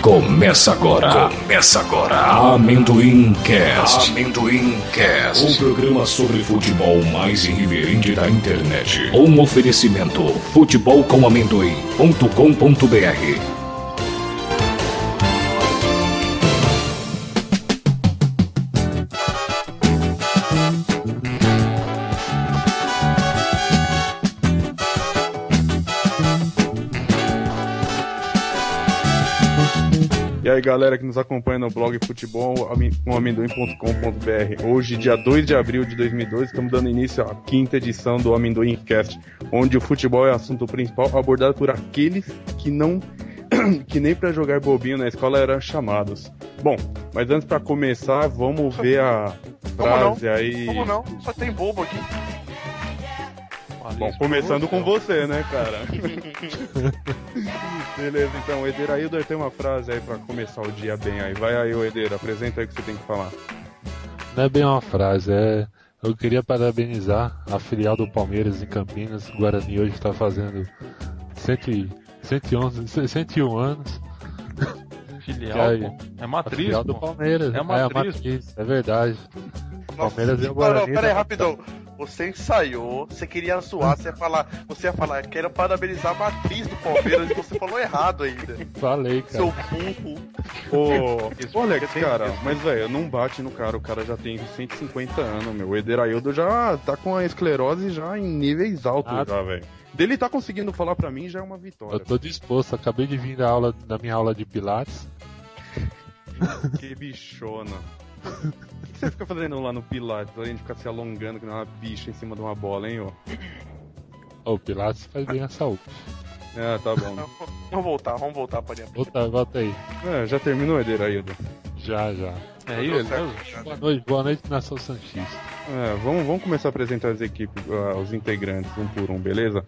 Começa agora. Começa agora. Amendoim Cast. Amendoim Cast. O programa sobre futebol mais irreverente da internet. Um oferecimento: futebolcomamendoim.com.br. E aí galera que nos acompanha no blog futebol ami- com amendoim.com.br Hoje, dia 2 de abril de 2002, estamos dando início à quinta edição do Amendoim Cast, onde o futebol é o assunto principal abordado por aqueles que não que nem pra jogar bobinho na escola eram chamados. Bom, mas antes pra começar, vamos ver a não? frase aí. Como não? Só tem bobo aqui. Bom, começando é com você, né, cara? Beleza, então, Edeira Hilder tem uma frase aí pra começar o dia bem aí. Vai aí, ô Edeira, apresenta aí o que você tem que falar. Não é bem uma frase, é. Eu queria parabenizar a filial do Palmeiras em Campinas. O Guarani hoje está fazendo cento e- 111, c- 101 anos. Filial, E aí? pô. É A matriz, filial do pô. Palmeiras. É É, a a matriz. matriz, é verdade. Nossa, Palmeiras e o não, Guarani né? não, pera aí, da- rapidão. Você ensaiou, você queria zoar, você ia falar, você ia falar, quero parabenizar a matriz do Palmeiras e você falou errado ainda. Falei, cara. Seu burro. Ô, ô Alex, Tem- cara, mas velho, não bate no cara, o cara já tem 150 anos, meu. O Ederaildo já tá com a esclerose já em níveis altos Ah, já, velho. Dele tá conseguindo falar pra mim já é uma vitória. Eu tô disposto, acabei de vir da, aula, da minha aula de Pilates. Que bichona. O que você fica fazendo lá no Pilates, além de ficar se alongando que nem uma bicha em cima de uma bola, hein, ô? Ô, Pilates faz bem à saúde. Ah, tá bom. Não, Vamos voltar, vamos voltar pra linha. Volta, volta aí. Ah, já terminou, Ederaildo? Já, já. É ele Tudo certo, mesmo? cara. Boa noite, boa noite, nação Santista. É, vamos, vamos começar a apresentar as equipes, ah, os integrantes, um por um, beleza?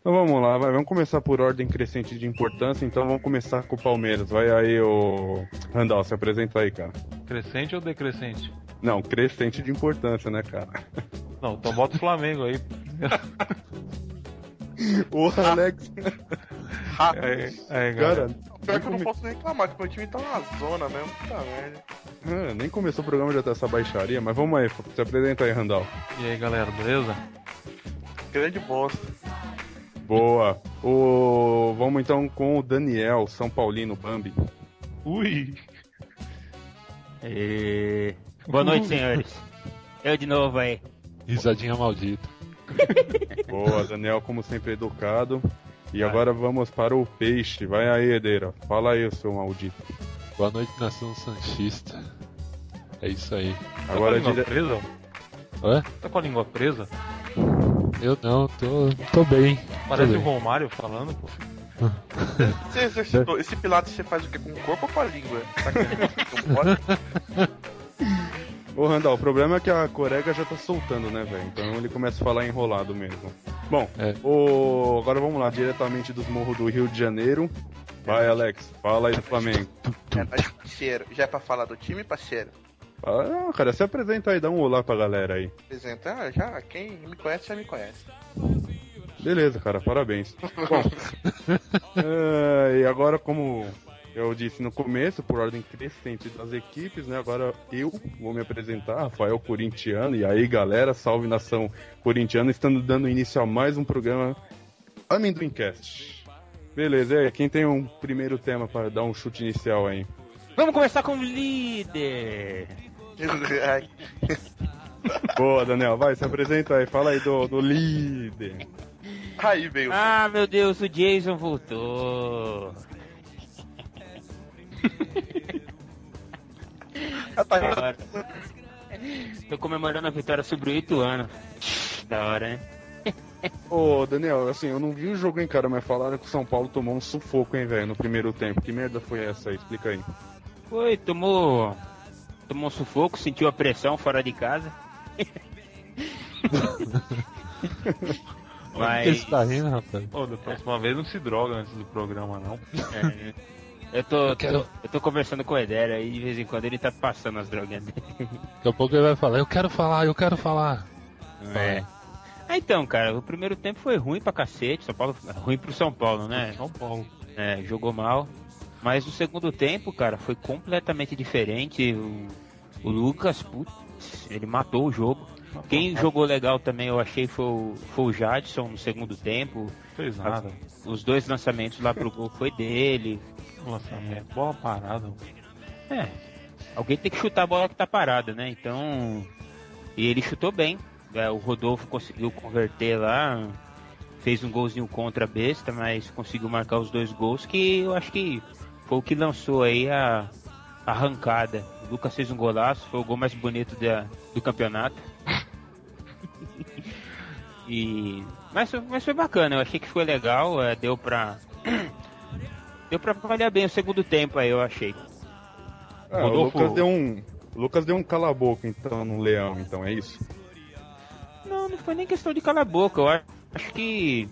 Então vamos lá, vai, vamos começar por ordem crescente de importância, então vamos começar com o Palmeiras. Vai aí, o Randall, se apresenta aí, cara. Crescente ou decrescente? Não, crescente de importância, né, cara? Não, então bota o Flamengo aí. O Alex, Rápido. É, cara, Pior que eu não posso nem reclamar, que meu time tá uma zona mesmo. Puta merda. ah, nem começou o programa, já tá essa baixaria, mas vamos aí, se apresenta aí, Randall. E aí, galera, beleza? Grande bosta. Boa. O... Vamos então com o Daniel, São Paulino, Bambi. Ui! E... É. Boa noite, senhores. Eu de novo aí. Risadinha maldita. Boa, Daniel, como sempre, educado. E agora vamos para o peixe. Vai aí, Edeira. Fala aí, seu maldito. Boa noite, nação Santista. É isso aí. Agora tá com a língua dire... presa? Hã? Tá com a língua presa? Eu não, tô, tô bem. Parece Tô o bem. Romário falando, pô. Você É. exercitou. Esse pilates você faz o quê? Com o corpo ou com a língua? Tá com- com o corpo? Ô, Randall, o problema é que a corega já tá soltando, né, velho? Então ele começa a falar enrolado mesmo. Bom, É. ô, agora vamos lá, diretamente dos morros do Rio de Janeiro. Vai, Alex, fala aí do Flamengo. É nóis, parceiro. Já é pra falar do time, parceiro? Ah, cara, se apresenta aí, dá um olá pra galera aí. Apresenta, ah, já, quem me conhece já me conhece. Beleza, cara, parabéns. Bom, eh, e agora, como eu disse no começo, por ordem crescente das equipes, né? Agora eu vou me apresentar, Rafael Corintiano. E aí, galera, salve nação corintiana, estando dando início a mais um programa Amendoimcast. Beleza, e aí, quem tem um primeiro tema para dar um chute inicial aí? Vamos começar com o líder. Ai, Boa, Daniel, vai, se apresenta aí, fala aí do, do líder. Aí veio. Ah, meu Deus, o Jason voltou. Ah, tá. Da hora. Tô comemorando a vitória sobre o Ituano. Da hora, né? Ô, Daniel, assim, eu não vi o jogo, hein, cara, mas falaram que o São Paulo tomou um sufoco, hein, velho, no primeiro tempo. Que merda foi essa aí? Explica aí. Foi, tomou. Tomou um sufoco, sentiu a pressão fora de casa. Por que você tá rindo, rapaz? Ô, da próxima vez não se droga antes do programa, não. É. Eu tô, eu, quero- tô, eu tô conversando com o Eder aí de vez em quando ele tá passando as drogas dele. Daqui a pouco ele vai falar, eu quero falar, eu quero falar. É. Ah, então, cara, o primeiro é tempo foi ruim pra cacete. São Paulo, ruim pro São Paulo, né? São Paulo. É, jogou mal. Mas no segundo tempo, cara, foi completamente diferente. O, o Lucas, putz, ele matou o jogo. Quem jogou legal também, eu achei, foi o, foi o Jadson no segundo tempo. Fez nada. Os dois lançamentos lá pro gol foi dele. Lançamento. Bola parada. mano. É. Alguém tem que chutar a bola que tá parada, né? Então. E ele chutou bem. É, o Rodolfo conseguiu converter lá. Fez um golzinho contra a besta, mas conseguiu marcar os dois gols que eu acho que foi o que lançou aí a a arrancada. O Lucas fez um golaço, foi o gol mais bonito da- do campeonato. e mas, foi- mas foi bacana, eu achei que foi legal, é, deu pra. deu pra avaliar bem o segundo tempo aí, eu achei. Ah, o Rodolfo- Lucas deu um. O Lucas deu um cala-boca, então, no leão, então, é isso? Não, não foi nem questão de calar a boca. Eu a- acho que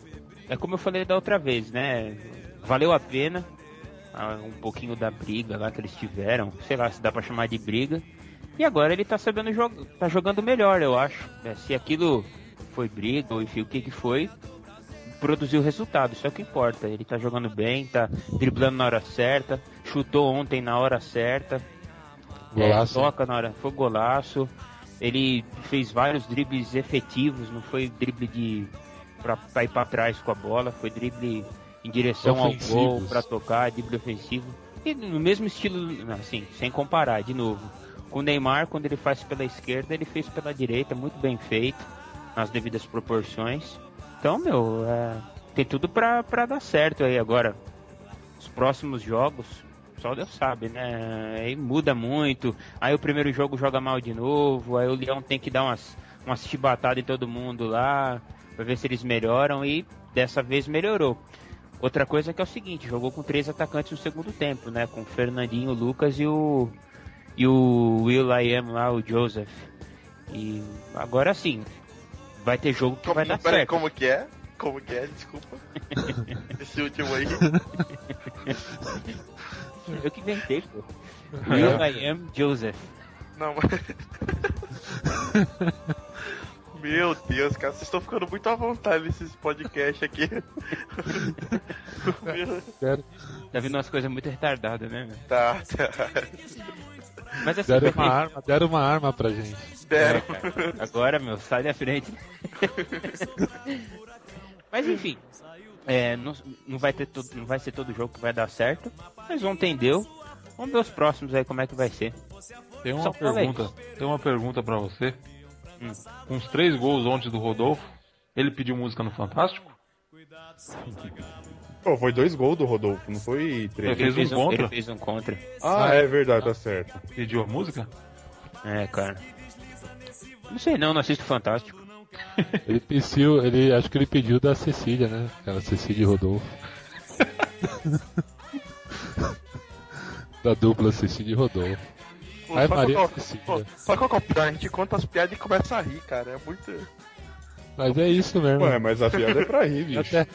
é como eu falei da outra vez, né? Valeu a pena ah, um pouquinho da briga lá que eles tiveram. Sei lá se dá pra chamar de briga. E agora ele tá sabendo jogar, tá jogando melhor, eu acho. É, se aquilo foi briga ou enfim, o que que foi, produziu resultado, isso é o que importa. Ele tá jogando bem, tá driblando na hora certa, chutou ontem na hora certa. Golaço. É, toca na hora. Foi golaço. Ele fez vários dribles efetivos, não foi drible de pra, pra ir pra trás com a bola, foi drible em direção ao gol Ofensivos. pra tocar, drible ofensivo. E no mesmo estilo, assim, sem comparar, de novo. Com o Neymar, quando ele faz pela esquerda, ele fez pela direita, muito bem feito, nas devidas proporções. Então, meu, é, tem tudo pra, pra dar certo aí agora. Os próximos jogos, só Deus sabe, né? Aí muda muito. Aí o primeiro jogo joga mal de novo. Aí o Leão tem que dar umas, umas chibatadas em todo mundo lá. Pra ver se eles melhoram. E dessa vez melhorou. Outra coisa que é o seguinte: jogou com três atacantes no segundo tempo, né? Com o Fernandinho, o Lucas e o. E o Will I Am lá, o Joseph. E agora sim. Vai ter jogo que vai dar peraí, certo. como que é? Como que é? Desculpa. Esse último aí. Eu que inventei, pô. Will I Am Joseph. Não, mas- Meu Deus, cara, vocês estão ficando muito à vontade nesses podcasts aqui. Meu- Tá vindo umas coisas muito retardadas, né? velho? tá, tá. Mas assim, Deram uma vai ter- arma, deram uma arma pra gente. É, Deram. cara. Agora, meu, sai da frente. mas enfim, é, não, não vai ter todo, não vai ser todo jogo que vai dar certo, mas ontem deu. Vamos ver os próximos aí como é que vai ser. Tem uma Só falei. pergunta. Tem uma pergunta pra você. Hum. Com os três gols ontem do Rodolfo, ele pediu música no Fantástico? Pô, foi dois gols do Rodolfo, não foi Ele três. fez ele um contra? fez um contra. Ah, é verdade, tá certo. Pediu a música? É, cara. Não sei não, não assisto Fantástico. Ele pediu, ele acho que ele pediu da Cecília, né? Aquela Cecília e Rodolfo. da dupla Cecília e Rodolfo. Pô, Ai, só Maria colocar- Cecília. pô, Só que eu piada, a gente conta as piadas e começa a rir, cara. É muito. Mas é isso mesmo. Ué, mas a piada é pra rir, bicho. Até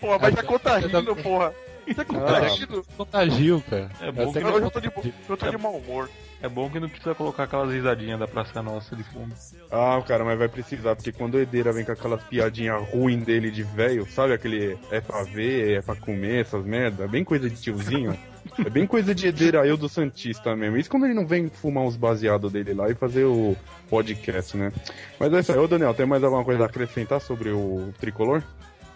Porra, mas já conta eu rindo, também- porra. Já conta Ah. rindo. contagiu, cara. É bom Até que Eu não- eu tô de, bo- eu tô de mau humor. É bom que não precisa colocar aquelas risadinhas da Praça Nossa de fundo. Ah, cara, mas vai precisar, porque quando o Edeira vem com aquelas piadinhas ruim dele de velho, sabe aquele é pra ver, é pra comer, essas merda, é bem coisa de tiozinho. É bem coisa de Edeira eu do Santista mesmo. Isso quando ele não vem fumar uns baseados dele lá e fazer o podcast, né? Mas é isso aí. Ô, Daniel, tem mais alguma coisa a acrescentar sobre o tricolor?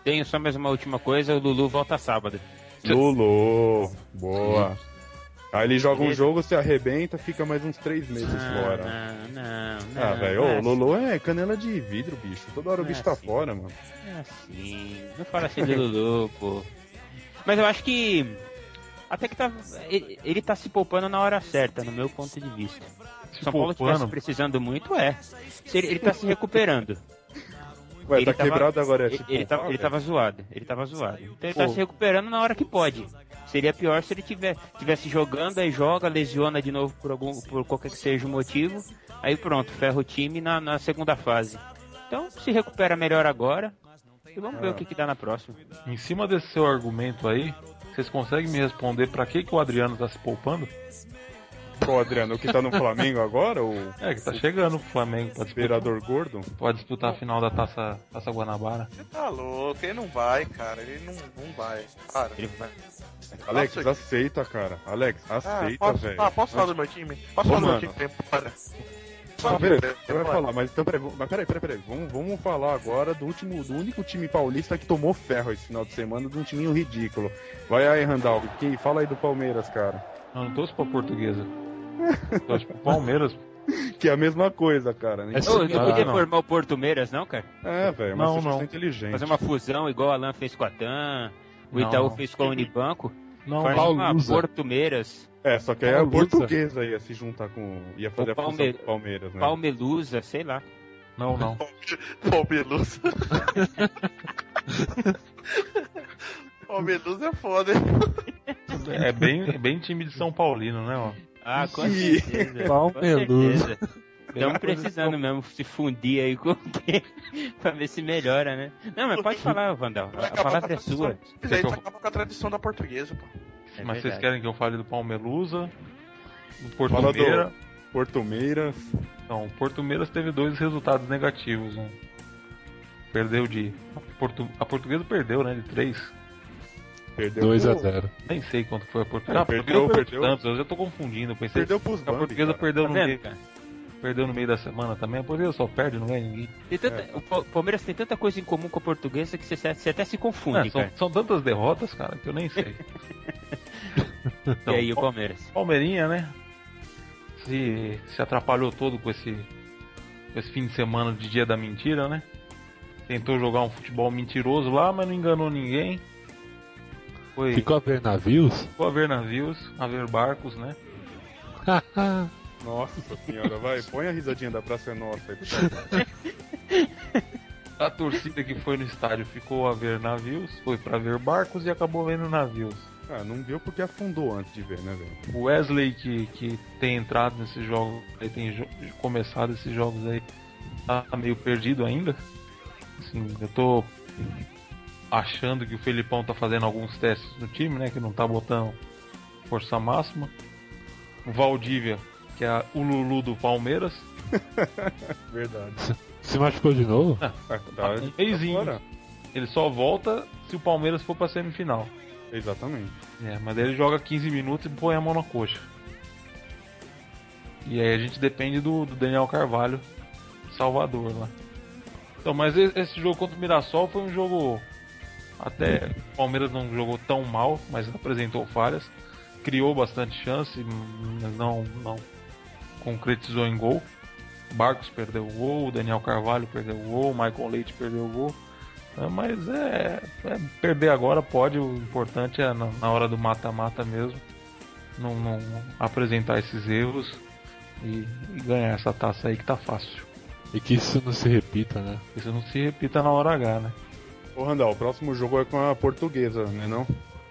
Tenho só mais uma última coisa, o Lulu volta sábado. Lulu, boa. Aí ele joga um jogo, se arrebenta, fica mais uns três meses fora. Ah, não, não, não. Ah, velho, não é o Lulu é canela de vidro, bicho. Toda hora o É bicho tá assim. fora, mano. É assim, não fala assim do Lulu, pô. Mas eu acho que até que tá ele, ele tá se poupando na hora certa, no meu ponto de vista. Se Se São Paulo estivesse poupando. precisando muito, é. Se ele, ele tá se recuperando. Ué, Ele tá tava- quebrado agora, é Ele, ele, tá- ele tava zoado, ele tava zoado. Então ele tá Pô. se recuperando na hora que pode. Seria pior se ele tiver, tivesse jogando, aí joga, lesiona de novo por algum por qualquer que seja o motivo. Aí pronto, ferra o time na, na segunda fase. Então se recupera melhor agora. E vamos É. ver o que, que dá na próxima. Em cima desse seu argumento aí, vocês conseguem me responder pra que, que o Adriano tá se poupando? Qual, Adriano? O que tá no Flamengo agora? O É, que tá chegando pro Flamengo pra disputar, Imperador Gordo? pra disputar a final da Taça, Taça Guanabara. Você tá louco, ele não vai, cara. Ele não, não vai. Cara. Ele vai- Alex, Nossa, aceita, cara. Alex, ah, aceita, posso, velho. ah, posso falar do meu time? Posso Ô, falar mano. do meu time? Para. Ah, peraí, você vai falar, mas então peraí, vamos- mas peraí, peraí, peraí. Vamos, vamos falar agora do último, do único time paulista que tomou ferro esse final de semana, de um timinho ridículo. Vai aí, Randall, quem fala aí do Palmeiras, cara. Eu não torço pra portuguesa. Torço pro Palmeiras. Que é a mesma coisa, cara. Né? É Ô, não Ah, podia não. formar o Portumeiras, não, cara? É, velho, mas Não, vocês não. são inteligentes. Fazer uma fusão igual a Alan fez com a TAM, o Não. Itaú fez com a Unibanco. Não, faz uma Paulusa. Portumeiras, É, só que aí a Paulista. portuguesa ia se juntar com. ia fazer O a fusão Palme- com o É. Palmeiras, né? Palmelusa, sei lá. Não, não. Palmeiras. Palmeiras é foda, hein? É bem, é bem time de São Paulino, né, mano? Ah, com Ih, certeza. Palmelusa. Estamos precisando mesmo se fundir aí com alguém pra ver se melhora, né? Não, mas pode falar, Vandal. A palavra é sua. Isso Então aí acaba com a tradição da portuguesa, pô. É Mas vocês verdade. querem que eu fale do Palmelusa? Do Fala Portugueira? do Portumeiras. Não, o Portumeiras teve dois resultados negativos. Um. Perdeu de. a Portu- A portuguesa perdeu, né? De 3. Perdeu 2x0. Nem sei quanto foi a É, portuguesa. Ah, a perdeu, portuguesa perdeu. perdeu. pro Santos, eu já tô confundindo. eu Pensei Perdeu pros a Bambi, portuguesa cara. perdeu Tá no, vendo, meio, cara? perdeu no meio da semana também. A portuguesa só perde, não ganha ninguém. Tem tanta- O Pa- Palmeiras tem tanta coisa em comum com a portuguesa que você, você até se confunde, É, são, cara. são tantas derrotas, cara, que eu nem sei. e aí, o Palmeiras? Palmeirinha, né? Se, se atrapalhou todo com esse, com esse fim de semana de dia da mentira, né? Tentou jogar um futebol mentiroso lá, mas não enganou ninguém. Foi Ficou a ver navios? ficou a ver navios, a ver barcos, né? Nossa senhora, vai, põe a risadinha da Praça é Nossa aí, por favor. A torcida que foi no estádio ficou a ver navios, foi pra ver barcos e acabou vendo navios. Ah, não viu porque afundou antes de ver, né, velho? O Wesley que, que tem entrado nesses jogos, aí tem jo- começado esses jogos aí, tá meio perdido ainda. Assim, eu tô achando que o Felipão tá fazendo alguns testes no time, né? Que não tá botando força máxima. O Valdívia, que é o Lulu do Palmeiras, Verdade. Se machucou de novo? Ah, tá, Tá com um tá peizinho. fora. ele só volta se o Palmeiras for pra semifinal. Exatamente. É, mas daí ele joga 15 minutos e põe a mão na coxa. E aí a gente depende do, do Daniel Carvalho, Salvador lá. Então, mas e- esse jogo contra o Mirassol foi um jogo. Até o Palmeiras não jogou tão mal, mas apresentou falhas. Criou bastante chance, hum, mas não, não concretizou em gol. Barcos perdeu o gol, o Daniel Carvalho perdeu o gol, o Michael Leite perdeu o gol. É, Mas é, é, Perder agora pode, o importante é na, na hora do mata-mata mesmo. Não, não apresentar esses erros e, e ganhar essa taça aí que tá fácil. E que isso não se repita, né? Isso não se repita na hora H, né? Ô, Randall, o próximo jogo é com a portuguesa, né, não?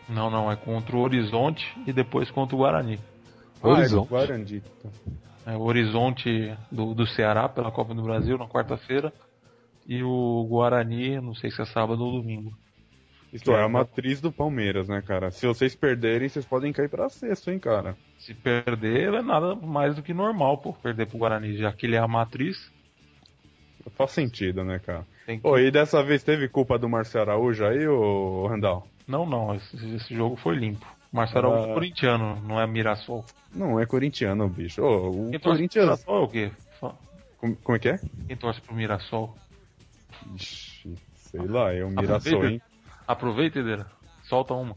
Não, não, é contra o Horizonte e depois contra o Ah, Guarani. é, tá. Horizonte. com o Guarandi. É, o Horizonte do, do Ceará pela Copa do Brasil na quarta-feira e o Guarani, não sei se é sábado ou domingo. Isto é, a matriz do Palmeiras, né, cara? Se vocês perderem, vocês podem cair pra sexto, hein, cara? Se perder é nada mais do que normal, pô, perder pro Guarani, já que ele é a matriz. Faz sentido, né, cara? Tem que... Ô, e dessa vez teve culpa do Márcio Araújo aí, ô Randall? Não, não, esse, esse jogo foi limpo. Marcelo Ah. Araújo é corintiano, não é Mirassol. Não, é corintiano, bicho. Ô, o Quem torce pro Corinthians. Mirassol é o quê? Fa- Como, como é que é? Quem torce pro Mirassol? Ixi, sei lá, é o Mirassol, hein? Aproveita, Edeira. Solta uma.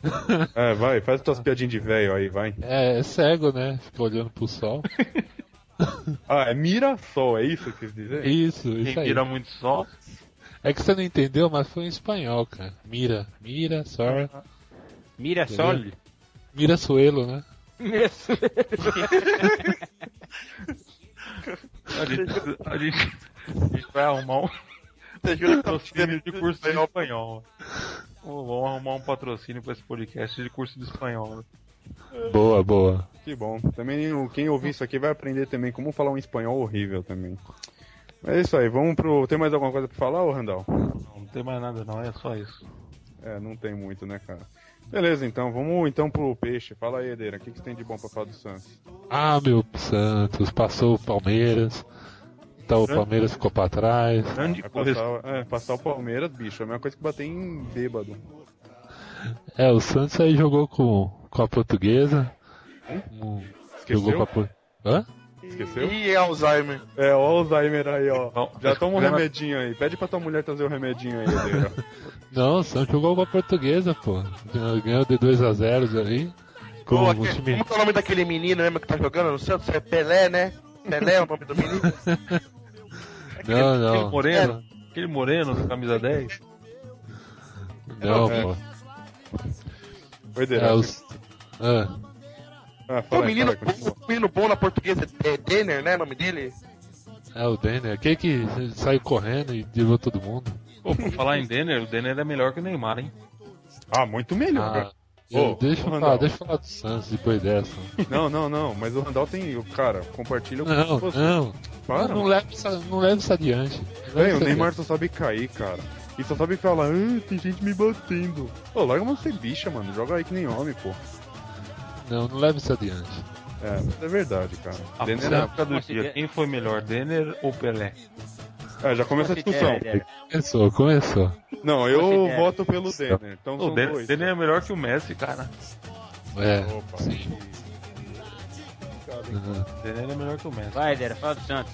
É, vai, faz tuas piadinhas de velho aí, vai. É, é cego, né? Fica olhando pro sol. Ah, é Mirassol, é isso que quis dizer? Isso, Quem isso aí. vira muito sol. É que você não entendeu, mas foi em espanhol, cara. Mira, mira, sorry. Mirassol? Mira suelo, né? Mirassol. A gente, a gente- a gente vai arrumar um Você jura que patrocínio de curso de espanhol? espanhol. Ô, Vamos arrumar um patrocínio pra esse podcast de curso de espanhol. Boa, boa. Que bom. Também o- quem ouvir isso aqui vai aprender também como falar um espanhol horrível também. Mas É isso aí, vamos pro. Tem mais alguma coisa pra falar, ô Randall? Não, não tem mais nada não, é só isso. É, não tem muito, né, cara? Beleza, então, vamos então pro peixe. Fala aí, Edeira, o que, que tem de bom pra falar do Santos? Ah, meu Santos, passou o Palmeiras. Então o Palmeiras ficou pra trás. Grande Vai coisa. passar, o- é, passar o Palmeiras, bicho, é a mesma coisa que bater em bêbado. É, o Santos aí jogou com, com a portuguesa. Um- jogou com Esqueceu? a por... Hã? Esqueceu? E Alzheimer. É, ó o Alzheimer aí, ó. Então, Não, Já acho toma um que o problema- remedinho aí. Pede pra tua mulher trazer o remedinho aí, Edeira. Não, o Santos jogou com a portuguesa, pô. Ganhou- Ganhou de 2x0 ali. Com Pô, o aque- time. Como que é o nome daquele menino mesmo que tá jogando no Santos? É Pelé, né? Pelé é o nome do menino? Não, Aquele não. moreno, aquele moreno da camisa 10. Não, né? pô. Ô, Edeira, É, o... você- Ah, ah, Pô, fala aí, menino, fala aí, continua. o menino bom na portuguesa é Denner, né? O nome dele? é o Denner. Quem que saiu correndo e driblou todo mundo? Pô, pra falar em Denner, o Denner é melhor que o Neymar, hein? Ah, muito melhor. Ah, cara. eu- Ô, deixa, eu ô, falar, Randall. deixa eu falar do Santos depois dessa. Não, não, não, mas o Randall tem. o Cara, compartilha o Não, não. Para, não, mano. leva isso, não leva isso adiante. Não leva Véi, o isso Neymar adiante. só sabe cair, cara. E só sabe falar, ah, tem gente me batendo. Pô, larga uma ser bicha, mano. Joga aí que nem homem, pô. Não, não leva isso adiante. É, mas é verdade, cara. A Denner- polêmica do Considera- dia. Quem foi melhor, Denner ou Pelé? É, já começa a discussão. Começou, começou. Não, eu Considera. voto pelo Denner. Então O são Denner, dois. né? Denner é melhor que o Messi, cara. É, Opa. sim. Uhum. Denner é melhor que o Messi. Vai, Dera, fala do Santos.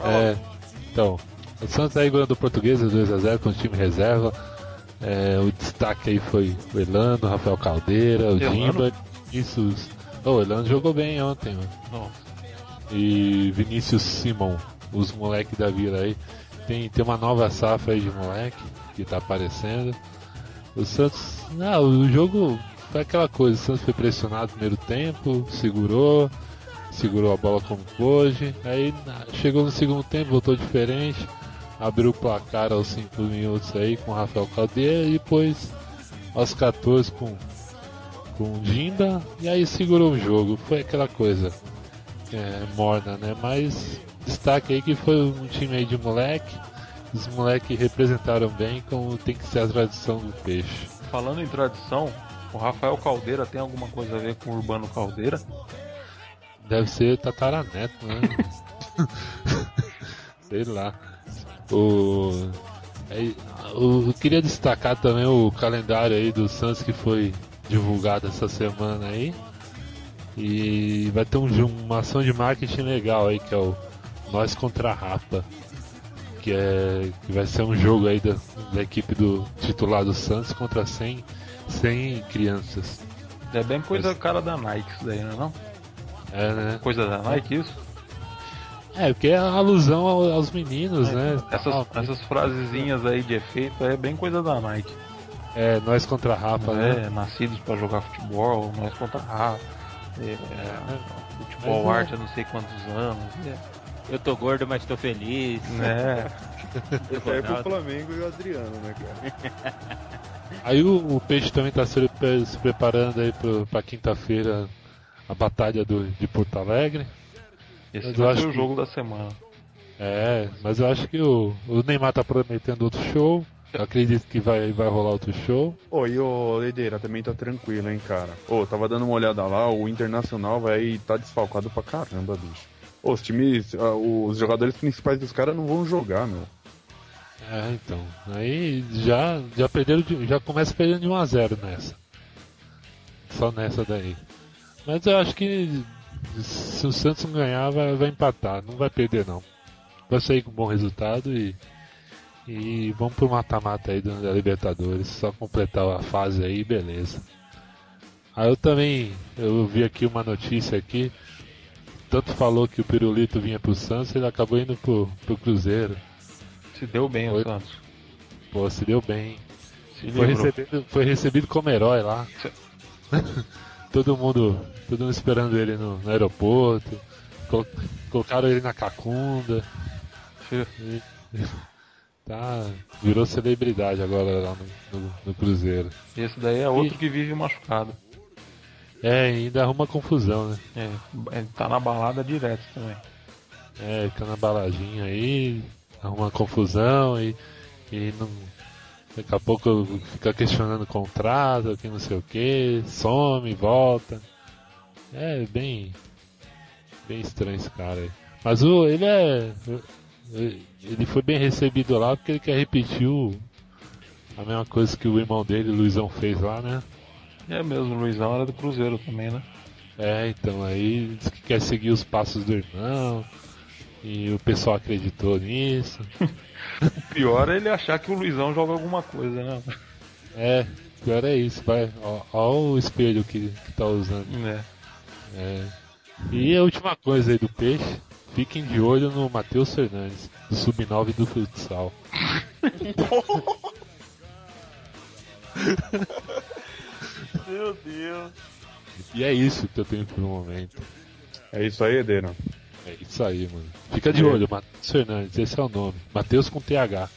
É, então, o Santos aí ganhou do português 2x0 com o time reserva. É, o destaque aí foi o Elano, o Rafael Caldeira, o Elano? Dimba. Isso. Ô, o Elano jogou bem ontem, mano. Nossa. E Vinícius Simon, os moleques da vila aí. Tem, tem uma nova safra aí de moleque que tá aparecendo. O Santos. Ah, o jogo foi aquela coisa, o Santos foi pressionado no primeiro tempo, segurou, segurou a bola como pôde. Aí na- chegou no segundo tempo, voltou diferente, abriu o placar aos 5 minutos aí com o Rafael Caldeira e depois aos 14 com, com o Dinda e aí segurou o jogo. Foi aquela coisa é, morna, né? Mas destaque aí que foi um time aí de moleque. Os moleques representaram bem como tem que ser a tradição do peixe. Falando em tradição, o Rafael Caldeira tem alguma coisa a ver com o Urbano Caldeira? Deve ser tataraneto, né? Sei lá. O... aí, o- Eu queria destacar também o calendário aí do Santos que foi divulgado essa semana aí. E vai ter um ju- uma ação de marketing legal aí, que é o Nós contra a Rapa. Que, é, que vai ser um jogo aí da, da equipe do titular do Santos contra 100, 100 crianças. É bem coisa cara da Nike isso daí, não é não? É, né? Coisa da Nike isso? É, porque é a alusão ao- aos meninos, né? Essas, Ah, essas frasezinhas aí de efeito é bem coisa da Nike. É, nós contra a Rafa, né? É, nascidos pra jogar futebol, nós contra a é, é, futebol Mas é. arte há não sei quantos anos. Eu tô gordo, mas tô feliz. Né? Esse aí é pro Flamengo e o Adriano, né, cara? Aí o, o Peixe também tá se, pre- se preparando aí pro, pra quinta-feira a batalha do, de Porto Alegre. Esse Mas eu vai acho ser o que- jogo da semana. É, mas eu acho que o, o Neymar tá prometendo outro show. Eu acredito que vai, vai rolar outro show. Ô, e o Ledeira também tá tranquilo, hein, cara. Ô, tava dando uma olhada lá, o Internacional vai tá desfalcado pra caramba, bicho. Ô, os times, ah, os jogadores principais dos caras não vão jogar, meu. É, então. Aí já, já perderam de, já começa perdendo de 1 a 0 nessa. Só nessa daí. Mas eu acho que se o Santos não ganhar, vai, vai empatar. Não vai perder não. Vai sair com um bom resultado e. E vamos pro mata-mata aí do- da Libertadores. Só completar a fase aí, beleza. Aí eu também. Eu vi aqui uma notícia aqui. Tanto falou que o Pirulito vinha pro Santos, ele acabou indo pro, pro Cruzeiro. Se deu bem o Oi. Santos. Pô, se deu bem, hein? Se Foi livrou. recebido, foi recebido como herói lá. todo mundo. Todo mundo esperando ele no, no aeroporto. Colo- colocaram ele na cacunda. E- tá. Virou celebridade agora lá no, no- no Cruzeiro. Esse daí é outro que vive machucado. É, e ainda arruma confusão, né? É, ele tá na balada direto também. É, fica na baladinha aí, arruma confusão e, e não, Daqui a pouco fica questionando o contrato, que não sei o que, some, volta. É bem. bem estranho esse cara aí. Mas o, ele é. Ele foi bem recebido lá porque ele quer repetir o- a mesma coisa que o irmão dele, o Luizão, fez lá, né? É mesmo, o Luizão era do Cruzeiro também, né? É, então aí diz que quer seguir os passos do irmão. E o pessoal acreditou nisso. Pior é ele achar que o Luizão joga alguma coisa, né? É, pior é isso, vai. Ó, ó o espelho que, que tá usando. É. É. E a última coisa aí do peixe, fiquem de olho no Matheus Fernandes, do Sub-9 do futsal. Meu Deus. E é isso que eu tenho por um momento. É isso aí, Edeno. É isso aí, mano. Fica É. de olho, Matheus Fernandes, esse é o nome. Matheus com TH.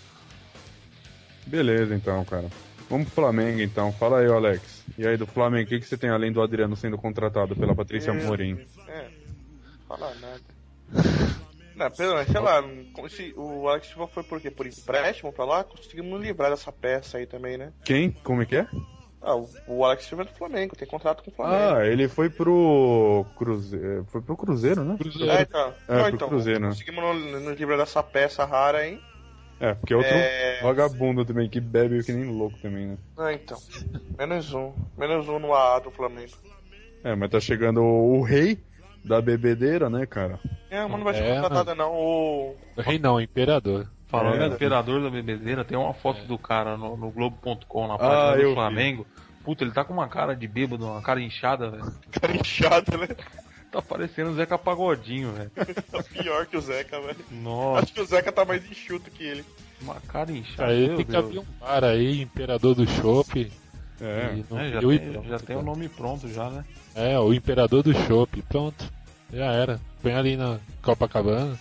Beleza, então, cara. Vamos pro Flamengo, então. Fala aí, Alex. E aí, do Flamengo, o que, que você tem além do Adriano sendo contratado pela Patrícia Meu Amorim? Deus. É, fala nada. Não, pera, sei lá, um, como se o Alex Silva foi por quê? Por empréstimo pra lá? Conseguimos livrar dessa peça aí também, né? Quem? Como é que é? Ah, o, o Alex Silva é do Flamengo, tem contrato com o Flamengo. Ah, ele foi pro Cruzeiro. Foi pro Cruzeiro, né? é, Cruzeiro. então. É, Não, pro então, Cruzeiro, né? conseguimos nos nos livrar dessa peça rara aí. É, porque é outro É. vagabundo também que bebe que nem louco também, né? Ah, então. Menos um. Menos um no AA do Flamengo. É, mas tá chegando o, o rei da bebedeira, né, cara? É, mas não vai ser É, contratada não. O... Rei não, Imperador. Falando É. em imperador da bebedeira, tem uma foto do cara no, no Globo.com na Ah, página eu do vi. Flamengo. Puta, ele tá com uma cara de bêbado, uma cara inchada, velho. Cara inchado, né? Tá parecendo o Zeca Pagodinho, velho. Tá pior que o Zeca, velho. Nossa, Acho que o Zeca tá mais enxuto que ele. uma cara inchada. Cara, ele meu tem que Deus. abrir um bar aí, Imperador do Chopp. É. E não- É, já, eu- tem, já tem o nome pronto já, né? É, o Imperador do Chopp. Pronto, já era. Põe ali na Copacabana,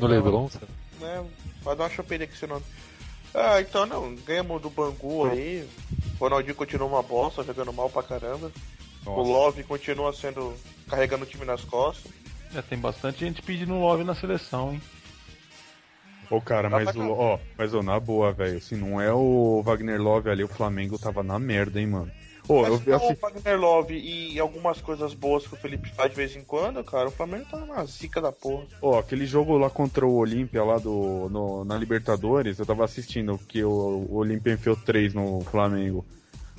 no Leblon, sabe? né? Vai dar uma choperia com esse nome. Ah, então não, ganhamos do Bangu aí. O Ronaldinho continua uma bosta, jogando mal pra caramba. O Nossa. Love continua sendo. carregando o time nas costas. Já tem bastante gente pedindo love na seleção, hein? Ô, cara, Dá mas pra o, cá. ó, mas ô, na boa, velho, se não é o Wagner Love ali, o Flamengo tava na merda, hein, mano. Ô, eu Mas vi com o assim, Wagner Love e algumas coisas boas que o Felipe faz de vez em quando, cara, o Flamengo tá uma zica da porra. ó, aquele jogo lá contra o Olímpia lá do, no- na Libertadores, eu tava assistindo que o, o Olímpia enfiou 3 no Flamengo.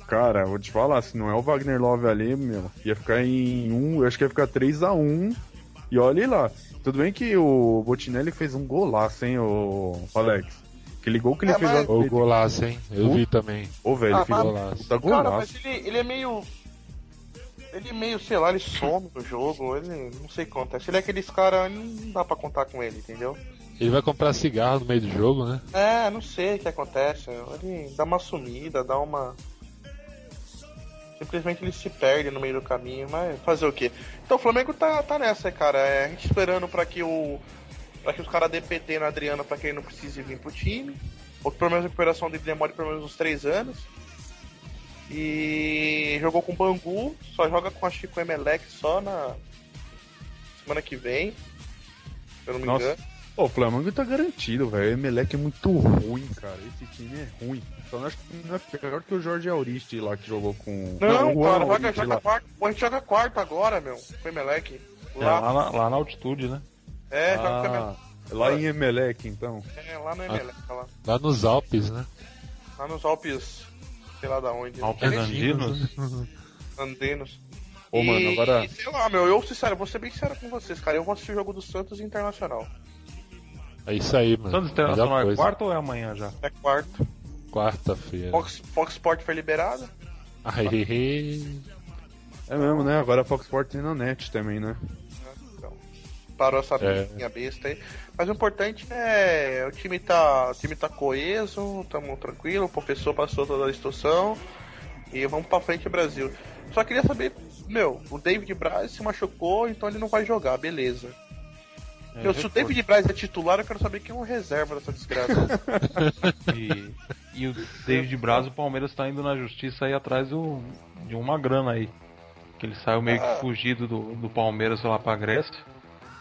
Cara, eu vou te falar, se não é o Wagner Love ali, meu, ia ficar em 1, eu acho que ia ficar 3x1. E olha lá, tudo bem que o Botinelli fez um golaço, hein, o Alex. Aquele gol que ele É, fez mas- lá- Ô, golaço, hein? Eu vi também. Ô, velho, Ah, ele fez mas- um Golaço. puta Cara, golaço. mas ele, ele é meio. Ele é meio, sei lá, ele some do jogo, ele não sei o que acontece. Ele é aqueles caras, não dá pra contar com ele, entendeu? Ele vai comprar cigarro no meio do jogo, né? É, não sei o que acontece. Ele dá uma sumida, dá uma. Simplesmente ele se perde no meio do caminho, mas fazer o quê? Então o Flamengo tá, tá nessa, cara. É, a gente esperando pra que o. para que os caras dê PT na Adriana pra que ele não precise vir pro time. Ou que pelo menos a recuperação dele demore pelo menos uns 3 anos. E jogou com o Bangu, só joga com a Chico Emelec só na semana que vem. Se eu não me Nossa. engano. Pô, o Flamengo tá garantido, velho. O Emelec é muito ruim, cara. Esse time é ruim. Só não acho que não é pior que o Jorge Auristi lá que jogou com. Não, o cara, Alan joga, Auristi joga lá. quarto. Pô, a gente joga quarto agora, meu. Foi Meleque. É, Lá, lá, na, lá na altitude, né? é, joga com a Meleque. Ah, Lá em Emelec, então. É, lá não é Meleque, lá. Lá nos Alpes, né? Lá nos Alpes, sei lá da onde. Alpes Andinos. Andenos. Ô, mano, agora- E, sei lá, meu, eu, sincero, vou ser bem sincero com vocês, cara. Eu vou assistir o jogo do Santos Internacional. É isso aí, mano. Melhor Santos Internacional é coisa. quarto ou é amanhã já? É quarto. Quarta-feira. Fox, Fox Sport foi liberado. Aê. É mesmo, né? Agora a Fox Sports tem na net também, né? né? Então, parou essa É. minha besta aí. Mas o importante é. O time tá. O time tá coeso, tamo tranquilo, o professor passou toda a instrução. E vamos pra frente, Brasil. Só queria saber, meu, o David Braz se machucou, então ele não vai jogar, beleza. É, meu, se o David Braz é titular, eu quero saber quem é o reserva dessa desgraça. E, e o David Braz, o Palmeiras tá indo na justiça aí atrás do- de uma grana aí. Que ele saiu meio Ah. que fugido do, do Palmeiras lá pra Grécia.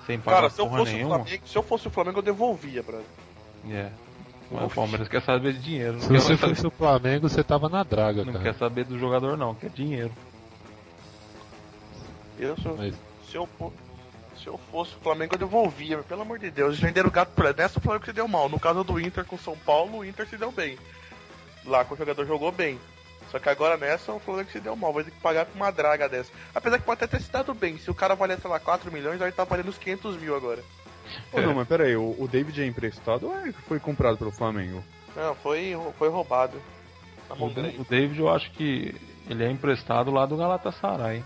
Sem pagar Cara, se eu, porra fosse o nenhuma. Flamengo, se eu fosse o Flamengo, eu devolvia, Brasil. É. Mas o Palmeiras quer saber de dinheiro. Não, Se quer, você mais tá- fosse saber, o Flamengo, você tava na draga, não cara. quer saber do jogador, não. Quer dinheiro. Eu sou. Mas Se eu, fo- se eu fosse o Flamengo, eu devolvia, mas pelo amor de Deus. Eles venderam o gato pra. Nessa o Flamengo se deu mal. No caso do Inter com o São Paulo, o Inter se deu bem. Lá com o jogador jogou bem. Só que agora nessa o Flamengo se deu mal. Vai ter que pagar com uma draga dessa. Apesar que pode até ter se dado bem. Se o cara valia, sei lá, 4 milhões, aí tá valendo uns 500 mil agora. Ô, não, mas peraí, o, o David é emprestado ou é que foi comprado pelo Flamengo? Não, foi, foi roubado. Tá O, roubando aí. o David, eu acho que ele é emprestado lá do Galatasaray.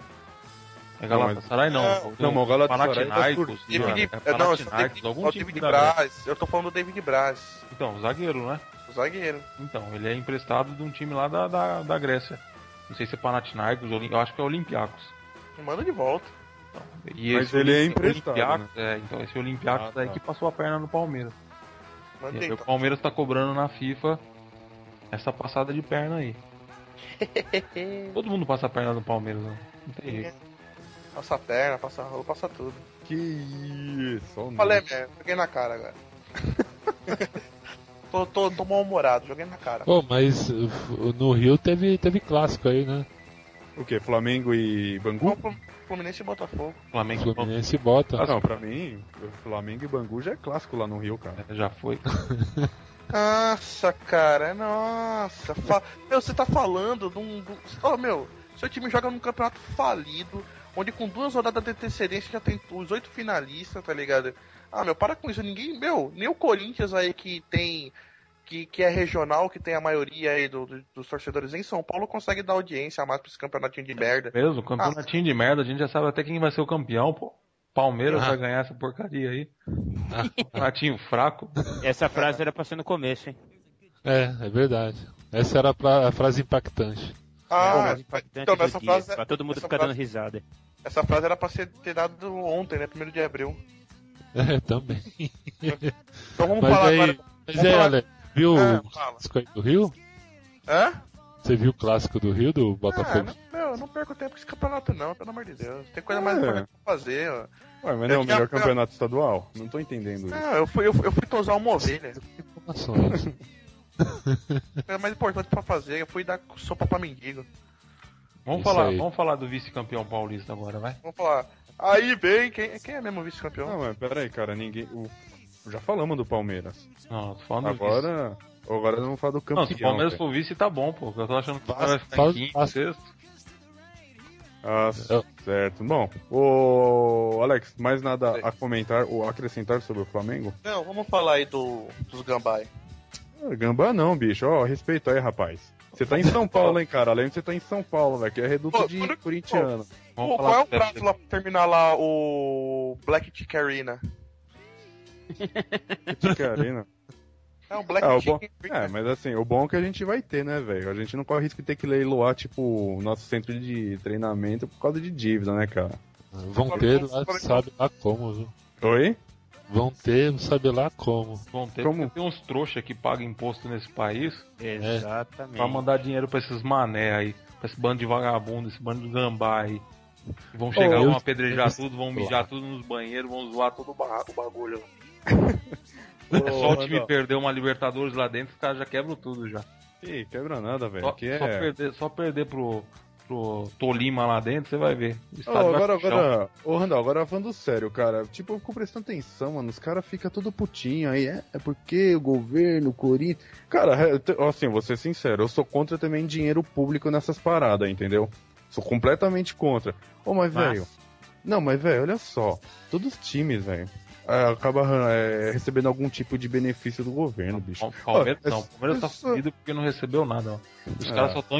É Não, Galatasaray não. É, do não, mas o Galatasaray tá Panathinaicos, por- né? David, É não, esse Panathinaikos, David, é algum tipo o time David da Grécia. Braz. Eu tô falando do David Braz, Então, zagueiro, né? o zagueiro. Então, ele é emprestado de um time lá da, da, da Grécia. Não sei se é Panathinaikos, Olim- eu acho que é Olympiacos. Manda de volta. E Mas esse ele é Olim- emprestado, né? Olympiacos- É, então esse Olympiacos Ah, daí tá. que passou a perna no Palmeiras. E Manda aí, aí, o então. Palmeiras tá cobrando na FIFA essa passada de perna aí. Todo mundo passa a perna no Palmeiras, né? Não tem jeito. É. Passa a perna, passa a roupa, passa tudo. Que isso, ô, Falei, não. mesmo, joguei na cara agora. tô, tô, tô mal-humorado, joguei na cara. Pô, mas uh, f- no Rio teve, teve clássico aí, né? O que? Flamengo e Bangu? Vamos pro Fluminense e Botafogo. Flamengo Fluminense bota. Ah, não, pra mim, Flamengo e Bangu já é clássico lá no Rio, cara. já foi. Nossa, cara, nossa. Fa... Meu, você tá falando de um. do- Ó, meu, seu time joga num campeonato falido, onde com duas rodadas de antecedência já tem os oito finalistas, tá ligado? Ah, meu, para com isso, ninguém. Meu, nem o Corinthians aí que tem. Que, que é regional, que tem a maioria aí do- do- dos torcedores em São Paulo, consegue dar audiência a mais pra esse campeonatinho de merda. Mesmo, campeonatinho de merda, a gente já sabe até quem vai ser o campeão, pô. Palmeiras Ah. vai ganhar essa porcaria aí. Campeonatinho fraco. Essa frase era pra ser no começo, hein? É, é verdade. Essa era a pra- a frase impactante. Era a Ah, mais impactante então, do essa dia, frase- Pra todo mundo essa ficar frase- dando risada. Essa frase era pra ser, ter dado ontem, né? Primeiro de abril. É, também. Então vamos Mas falar aí, agora. mas vamos é, falar- Ale, viu Ah, o fala. clássico aí do Rio? Hã? Você viu o clássico do Rio, do Ah, Botafogo? não, meu, não perco tempo com esse campeonato, não, pelo amor de Deus. Tem coisa É. mais importante pra fazer, ó. Ué, mas não é o É que melhor a- campeonato estadual? Não tô entendendo isso. Não, Ah, eu fui, eu fui, eu fui tosar uma ovelha. Informações. Tem coisa mais importante pra fazer. Eu fui dar sopa pra mendigo. Vamos Isso falar, aí. vamos falar do vice-campeão paulista agora, vai. Vamos falar. Aí vem, quem, quem é mesmo o vice-campeão? Não, mas peraí, cara, ninguém. o- Já falamos do Palmeiras. Não, tô falando do vice. Agora. Agora não vamos falar do campeão. Não, se o Palmeiras cara. for vice, tá bom, pô. Eu tô achando que o Faz- cara vai ficar em faz- quinto, faz- sexto. Ah, certo. Bom, o Alex, mais nada a comentar ou acrescentar sobre o Flamengo? Não, vamos falar aí do, dos gambai. Ah, Gambá não, bicho. Ó, respeito aí, rapaz. Você tá em São Paulo, hein, cara? Além de você tá em São Paulo, velho, que é reduto Pô, de quando- corintiano. Pô, Vamos falar qual é o do Atlético. prazo lá pra terminar lá o Black Tick Arena? Que arena. É, o Black Ah, o Tick bom- É, mas assim, o bom é que a gente vai ter, né, velho? A gente não corre risco de ter que leiloar, tipo, o nosso centro de treinamento por causa de dívida, né, cara? Vão ter lá, sabe lá como, viu? Oi? Vão ter, sabe lá como. Vão ter Como? porque tem uns trouxa que pagam imposto nesse país Exatamente. pra mandar dinheiro pra esses mané aí, pra esse bando de vagabundo, esse bando de gambá aí. Vão chegar, eu- vão apedrejar eu- tudo, vão mijar tudo nos banheiros, vão zoar todo o barraco, o bagulho. É só o time perder uma Libertadores lá dentro, os caras já quebram tudo já. Ih, quebra nada, velho. Só, Aqui é... só perder, só perder pro, pro Tolima lá dentro, você vai ver. O Ô, estádio vai agora, pro Tá chão. agora, ô Randall, agora falando sério, cara, tipo, eu fico prestando atenção, mano, os caras ficam todo putinho aí, é, é porque o governo, o Corinthians... Cara, é, te- assim, vou ser sincero, eu sou contra também dinheiro público nessas paradas, entendeu? Sou completamente contra. Ô, mas, Mas- velho, não, mas, velho, olha só, todos os times, velho, é, acaba é, recebendo algum tipo de benefício do governo, bicho. O Palmeiras Ó, não, o Palmeiras tá essa- fudido porque não recebeu nada, ó. Os É. caras só tão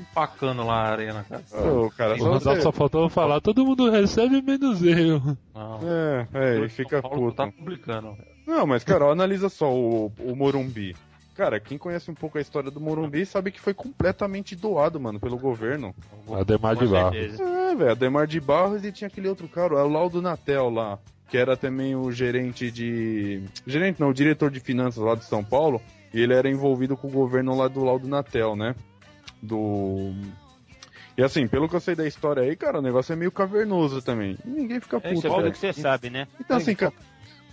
empacando lá a arena, cara. Ô, cara, O Randall só faltou falar, todo mundo recebe menos eu. Não. É, é, ele São fica Paulo puto. tá publicando. Não, mas, cara, ó, analisa só o, o Morumbi. Cara, quem conhece um pouco a história do Morumbi sabe que foi completamente doado, mano, pelo governo. Ademar de Com Barro. certeza. É, velho, Ademar de Barros e tinha aquele outro cara, o Laudo Natel lá, que era também o gerente de... Gerente não, o diretor de finanças lá de São Paulo, e ele era envolvido com o governo lá do Laudo Natel, né? Do... E assim, pelo que eu sei da história aí, cara, o negócio é meio cavernoso também. E ninguém fica É, puto, isso é Isso é velho. pelo que você sabe, né? Então assim, cara...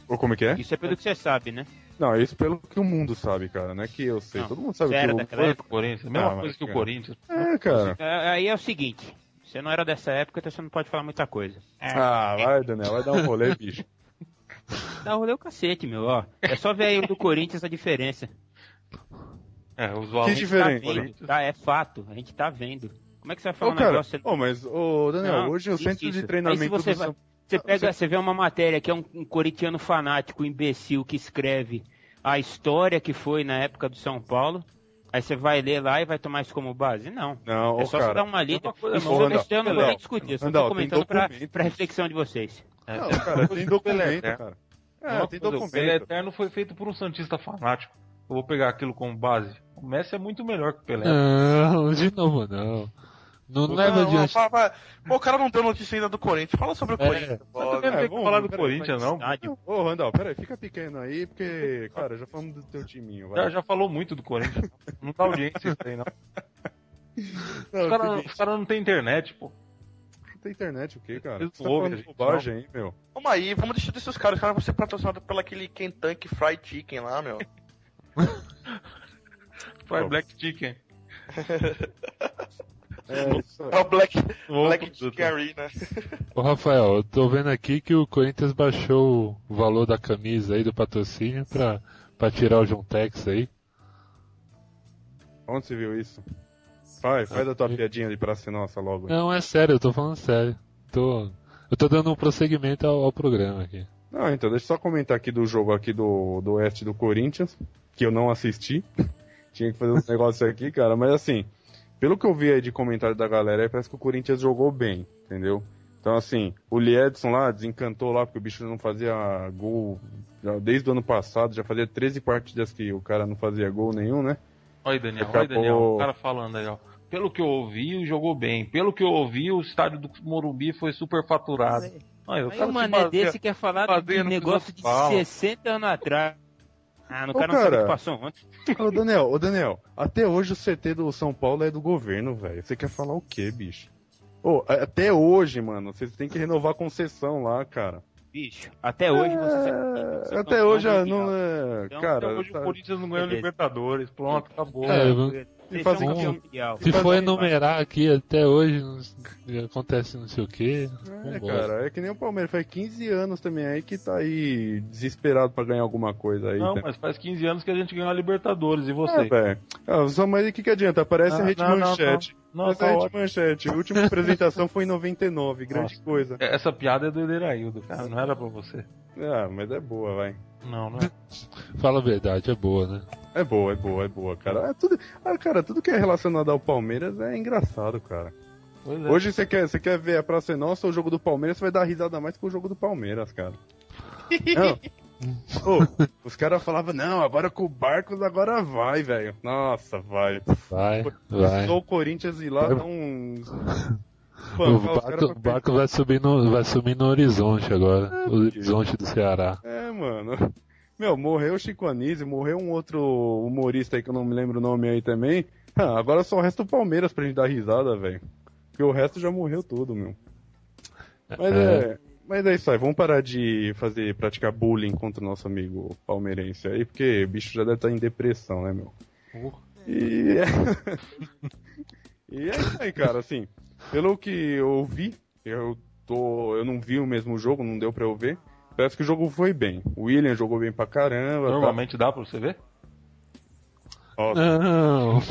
Ô, Como é que é? Isso é pelo que você sabe, né? Não, isso pelo que o mundo sabe, cara. Não é que eu sei. Não, tá Todo mundo sabe era que o... daquela época. Foi pro Corinthians, a mesma Ah, coisa que o cara. Corinthians. É, cara. É, Aí é o seguinte: você não era dessa época, então você não pode falar muita coisa. Ah, vai, Daniel. Vai dar um rolê, bicho. Dá rolê o cacete, meu, ó. É só ver aí o do Corinthians a diferença. É, os Que valores. diferença? Tá vendo, tá? É fato, a gente tá vendo. Como é que você vai falar Ô, um cara, negócio? ô, mas, ô, Daniel, Não, hoje é o isso, centro isso. de treinamento Aí se você do vai- São- Ah, Você pega, você vê uma matéria que é um, um corintiano fanático, imbecil, que escreve a história que foi na época do São Paulo. Aí você vai ler lá e vai tomar isso como base? Não. Não, é ô, só você tá cara. dar uma lida. é uma coisa Isso não. eu Ô, não- isso eu não Andal, vou discutir, eu só Andal, tô comentando tem pra, documento. pra reflexão de vocês. É, Não, cara, tem documento, né? cara. Uma É, tem coisa, O Pelé documento. Eterno foi feito por um Santista fanático. Eu vou pegar aquilo como base. O Messi é muito melhor que o Pelé. Não, de novo não. Não leva Não, não, adiante. fala- fala- Pô, o cara não deu notícia ainda do Corinthians. Fala sobre o É. Corinthians. Eu logo. não tem que vamos- é falar do peraí, Corinthians, não. Estádio. Ô, Randall, peraí, fica pequeno aí, porque, cara, já falamos do teu timinho, vai. Já, já falou muito do Corinthians. Não dá audiência isso aí, não. Não, Os caras seguinte, cara não tem internet, pô. não tem internet o quê, cara? Eles Você tá não ouvem falando a gente, bobagem aí, meu. Vamos aí, vamos deixar desses caras. Os caras vão ser patrocinados pelo aquele Kentucky Fried Chicken lá, meu. Faz Pô. Black Chicken. É, isso É aí. o Black, Novo Black né? produto. Chicken Arena. Ô Rafael, eu tô vendo aqui que o Corinthians baixou o valor da camisa aí do patrocínio pra, pra tirar o Jontex aí. Onde você viu isso? Vai, faz a tua piadinha de praça nossa logo. Não, é sério, eu tô falando sério. Tô, eu tô dando um prosseguimento ao, ao programa aqui. Não, então, deixa eu só comentar aqui do jogo aqui do, do Oeste do Corinthians, que eu não assisti. Tinha que fazer uns negócios aqui, cara, mas assim, pelo que eu vi aí de comentário da galera, aí parece que o Corinthians jogou bem, entendeu? Então, assim, o Liedson lá desencantou lá, porque o bicho não fazia gol já desde o ano passado, já fazia 13 partidas que o cara não fazia gol nenhum, né? Olha aí, Daniel. Daqui a Olha aí, Daniel. pouco- O cara falando aí, ó. Pelo que eu ouvi, jogou bem. Pelo que eu ouvi, o estádio do Morumbi foi superfaturado. Olha, o é. Aí cara o se mané baseia- desse quer falar de baseia no que negócio os de outros falam. 60 anos atrás. Ah, no Ô, cara não sabe o cara. que passou ontem. Ô, Daniel, ô, Daniel, até hoje o CT do São Paulo é do governo, velho. Você quer falar o quê, bicho? Ô, a- até hoje, mano, vocês têm que renovar a concessão lá, cara. Bicho, até tá hoje você sabe. né? É, você até não hoje ganha não é. Então, cara, Até hoje tá- o Corinthians não ganhou É. Beleza. Libertadores. Pronto, acabou. É, É, vamos- Vocês fazer são um- campeão mundial. se for enumerar aqui até hoje, não- acontece não sei o que. é, cara, é que nem o Palmeiras, faz 15 anos também aí que tá aí desesperado pra ganhar alguma coisa aí. não, né? mas faz 15 anos que a gente ganhou a Libertadores. E você? É, velho. Ah, só mas o que, que adianta? Aparece a Ah, Rede não, não, Manchete. não, Aparece tá É a Rede ótimo. Manchete. A última apresentação foi em 99, grande coisa. Essa piada é do Ederaildo, cara. Não era pra você. Ah, mas é boa, vai. Não, não é. Fala a verdade, é boa, né? É boa, é boa, é boa, cara. É tudo, ah, cara, tudo que é relacionado ao Palmeiras é engraçado, cara. Pois é. Hoje você quer, você quer ver a Praça é Nossa ou o jogo do Palmeiras, você vai dar risada mais que o jogo do Palmeiras, cara. Não. Ô, os caras falavam, não, agora com o Barcos agora vai, velho. Nossa, vai. Vai, vai. Só o Corinthians ir lá Vai. dá um. O Espancar os caras barco, pra o barco vai subir no, vai subir no horizonte Ah, agora. O horizonte do Ceará. É, mano. Meu, morreu o Chico Anísio, morreu um outro humorista aí que eu não me lembro o nome aí também. Ah, agora só resta o Palmeiras pra gente dar risada, velho. Porque o resto já morreu tudo, meu. Mas é. mas é isso aí, vamos parar de fazer, praticar bullying contra o nosso amigo palmeirense aí, porque o bicho já deve estar em depressão, né, meu? E é... e é isso aí, cara, assim, pelo que eu vi, eu tô. Eu não vi o mesmo jogo, não deu pra eu ver. Parece que o jogo foi bem. O William jogou bem pra caramba. tá? Normalmente dá pra você ver? Ó, Não, Não,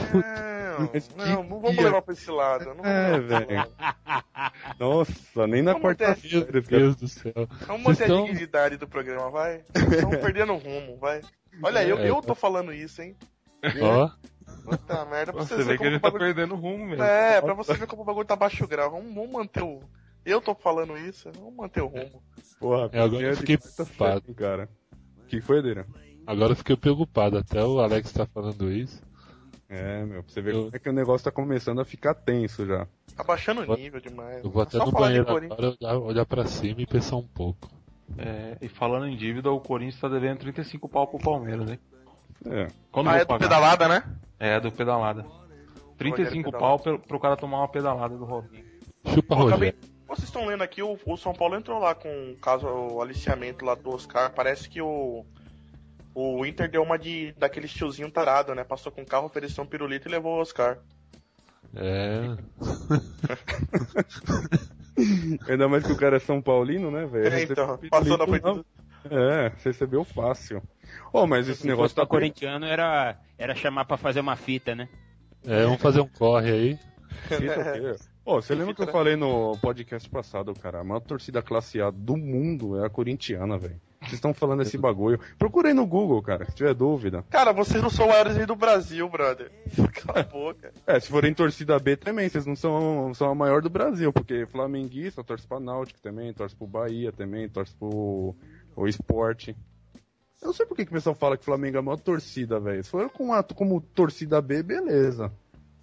Mas que não, não vamos dia. levar pra esse lado. Não vamos É, levar pra esse velho. lado. Nossa, nem na Como quarta-feira. meu cara. Deus do céu. Vamos manter Então- a dignidade do programa, vai. Estamos perdendo o rumo, vai. Olha, eu, É. eu tô falando isso, hein? Ó, Puta merda, pra você, Você vê ver que como ele o tá bagulho... perdendo o rumo mesmo. É, pra você ver como o bagulho tá baixo grau. Vamos, vamos manter o. Eu tô falando isso, vamos manter o rumo. Porra, É, agora eu primeiro fiquei de quarta-feira, cara. Que foi, Deira? agora eu fiquei preocupado. Até o Alex tá falando isso. É, meu, pra você ver Eu- como é que o negócio tá começando a ficar tenso já. Tá baixando o Vou- nível demais. Eu vou até Só no falar de banheiro Corinthians. agora olhar, olhar pra cima e pensar um pouco. É, e falando em dívida, o Corinthians tá devendo 35 pau pro Palmeiras, hein? É. Quando Ah, vou é do pagar? pedalada, né? É, do pedalada. 35 pau pro, pro cara tomar uma pedalada do Robinho. Chupa, Eu acabei- Rogério. Vocês estão lendo aqui, o, o São Paulo entrou lá com o caso, o aliciamento lá do Oscar. Parece que o, O Inter deu uma de daquele tiozinho tarado, né? Passou com o carro, ofereceu um pirulito e levou o Oscar. É. Ainda mais que o cara é São Paulino, né, velho? É, então, passou na frente do- É, você recebeu fácil. Ô, mas esse Se fosse negócio pra tá corintiano era, era chamar pra fazer uma fita, né? É, vamos fazer um corre aí. Fita o quê? Ô, você lembra que eu falei no podcast passado, cara? A maior torcida classe A do mundo é a corintiana, velho. Vocês estão falando esse bagulho. Procura aí no Google, cara, se tiver dúvida. Cara, vocês não são maiores do Brasil, brother. Cala a boca. É, se forem torcida B também, vocês não são, são a maior do Brasil, porque flamenguista torce pra Náutico também, torce pro Bahia também, torce pro o esporte. Eu não sei por que que o pessoal fala que o Flamengo é a maior torcida, velho. Se for com a, como torcida B, beleza.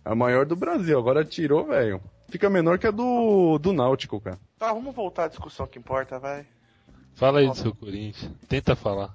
É A maior do Brasil, agora tirou, velho. Fica menor que a do, do Náutico, cara. Tá, vamos voltar à discussão que importa, vai. Fala aí do seu Corinthians. Tenta falar.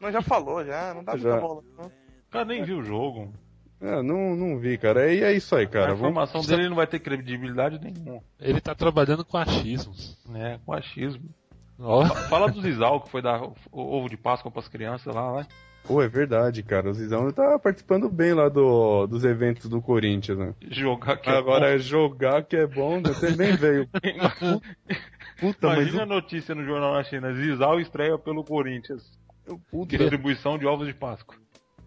Nós já falou, já. Não dá Já. muita bola. não. O cara nem viu o jogo. É, não, não vi, cara. E é isso aí, cara. a Vamos... informação dele não vai ter credibilidade nenhuma. Ele tá trabalhando com achismos. Né? Com achismo. Ó, Fala do Zizal, que foi dar o o ovo de Páscoa pras crianças lá, né? vai. Pô, é verdade, cara. O Zizão tá participando bem lá do, dos eventos do Corinthians, né? Jogar que é Agora é jogar que é bom, né? também veio. bom. Puta, mas Imagina a notícia no jornal na China. Zizal estreia pelo Corinthians. o puta, Distribuição de ovos de Páscoa.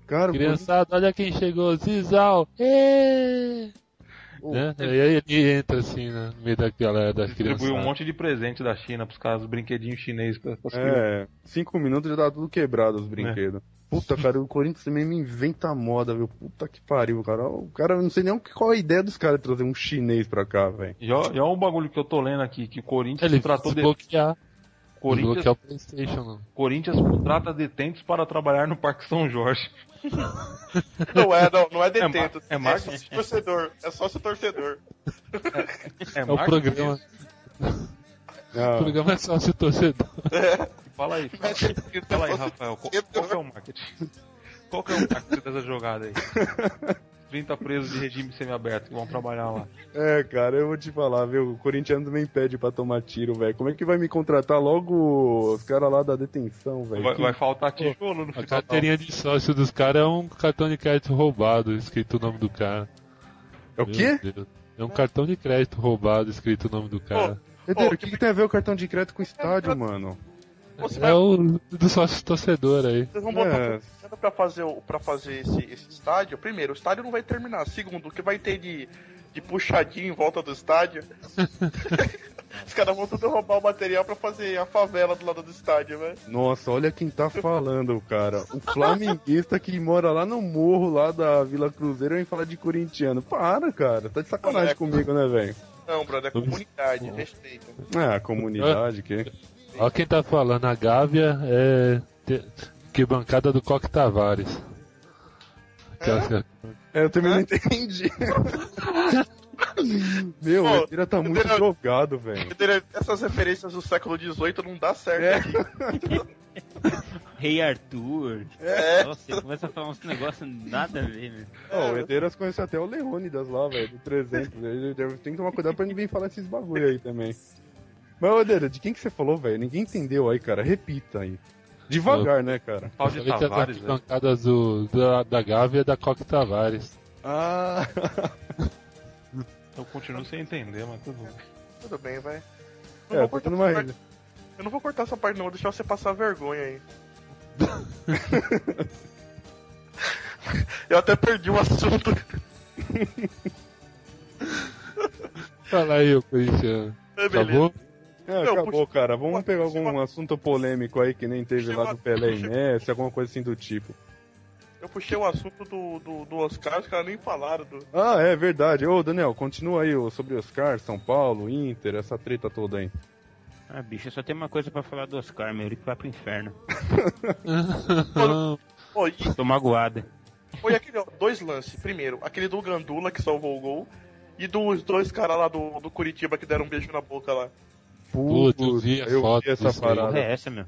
cara, criançada, olha quem chegou. Zizal. Ê! o- Né? E aí ele entra assim, né, no meio da galera da criança. Distribuiu um monte de presente da China pros caras, brinquedinhos chineses pras pras crianças. É, cinco minutos já tá tudo quebrado os brinquedos. Puta, cara, o Corinthians também me inventa moda, viu? Puta que pariu, cara. O cara, eu não sei nem o que- qual a ideia dos caras de trazer um chinês pra cá, velho. E ó- e olha um bagulho que eu tô lendo aqui, que o Corinthians Ele tratou tratou de... bloquear. Corinthians, Bloquear o Playstation, não. Corinthians contrata detentos para trabalhar no Parque São Jorge. Não é, não, não é É detento. mar- é só marketing. ser torcedor. É só ser torcedor. É o programa. O Ah, programa é sócio torcedor. Fala aí, fala, fala aí, Rafael. Qual, qual que é o marketing? Qual que é o marketing dessa jogada aí? 30 presos de regime semiaberto que vão trabalhar lá. é, cara, eu vou te falar, viu? O corintiano também pede pra tomar tiro, velho. Como é que vai me contratar logo os caras lá da detenção, velho? Vai, Que- vai faltar tijolo É no A final. carteirinha de sócio dos caras é um cartão de crédito roubado, escrito o nome do cara. É o Meu quê? Deus. É um cartão de crédito roubado, escrito o nome do cara. Pedro, Pô, o que, que tem a ver o cartão de crédito com o estádio, mano? Você vai, É o do sócio torcedor aí. Vocês vão botar É. o Corinthians pra fazer, o- pra fazer esse, esse estádio. Primeiro, o estádio não vai terminar. Segundo, o que vai ter de, de puxadinho em volta do estádio. Os caras vão tudo roubar o material pra fazer a favela do lado do estádio, né? velho. Nossa, olha quem tá falando, cara. O flamenguista que mora lá no morro, lá da Vila Cruzeiro, vem falar de corintiano. Para, cara. Tá de sacanagem Moleque. comigo, né, velho? Não, brother, é comunidade, respeita. Ah, comunidade, que... Olha quem tá falando, a Gávea é. te- Que bancada do Coque Tavares. Aquelas- É, eu também não entendi. Meu, Pô, o Tira tá muito Pedro- jogado, velho. Entendeu? Essas referências do século XVIII não dá certo É. aqui. né? Rei Arthur. É. Nossa, você começa a falar uns negócios nada a ver, meu. Ó, o Eteiras conhece até o Leônidas lá, velho, do 300. Ele deve- Tem que tomar cuidado pra ninguém falar esses bagulho aí também. Mas, ô, Deira, de quem que você falou, velho? Ninguém entendeu aí, cara. Repita aí. Devagar, né, cara? Pau de Falei é que Tavares, né? as velho. bancadas do, da, da Gávea é da Coque Tavares. Ah... Eu continuo Então, sem entender, mas tudo bem. Tudo bem, vai. Não É, vou tô cortar tendo essa uma parte. Eu não vou cortar essa parte, não. Vou deixar você passar vergonha aí. Eu até perdi o assunto. Fala aí, ô Tá Cristiano. Tá É, beleza. Acabou? É, Não, acabou, puxa- cara. Vamos puxa- pegar puxa algum uma- assunto polêmico aí que nem teve puxa lá uma- do Pelé e puxa- Messi, alguma coisa assim do tipo. Eu puxei o assunto do, do, do Oscar, os caras nem falaram do. Ah, é verdade. Ô, Daniel, continua aí ô, sobre Oscar, São Paulo, Inter, essa treta toda aí. Ah, bicho, eu só tenho uma coisa pra falar do Oscar, meu. Ele que vai pro inferno. Ah. Pô, e Tô magoada. foi aquele, ó, dois lances. Primeiro, aquele do Gandula que salvou o gol. E dos dois caras lá do, do Curitiba que deram um beijo na boca lá. Puta, eu vi a eu foto vi essa disso aí. Porra parada. é essa, meu?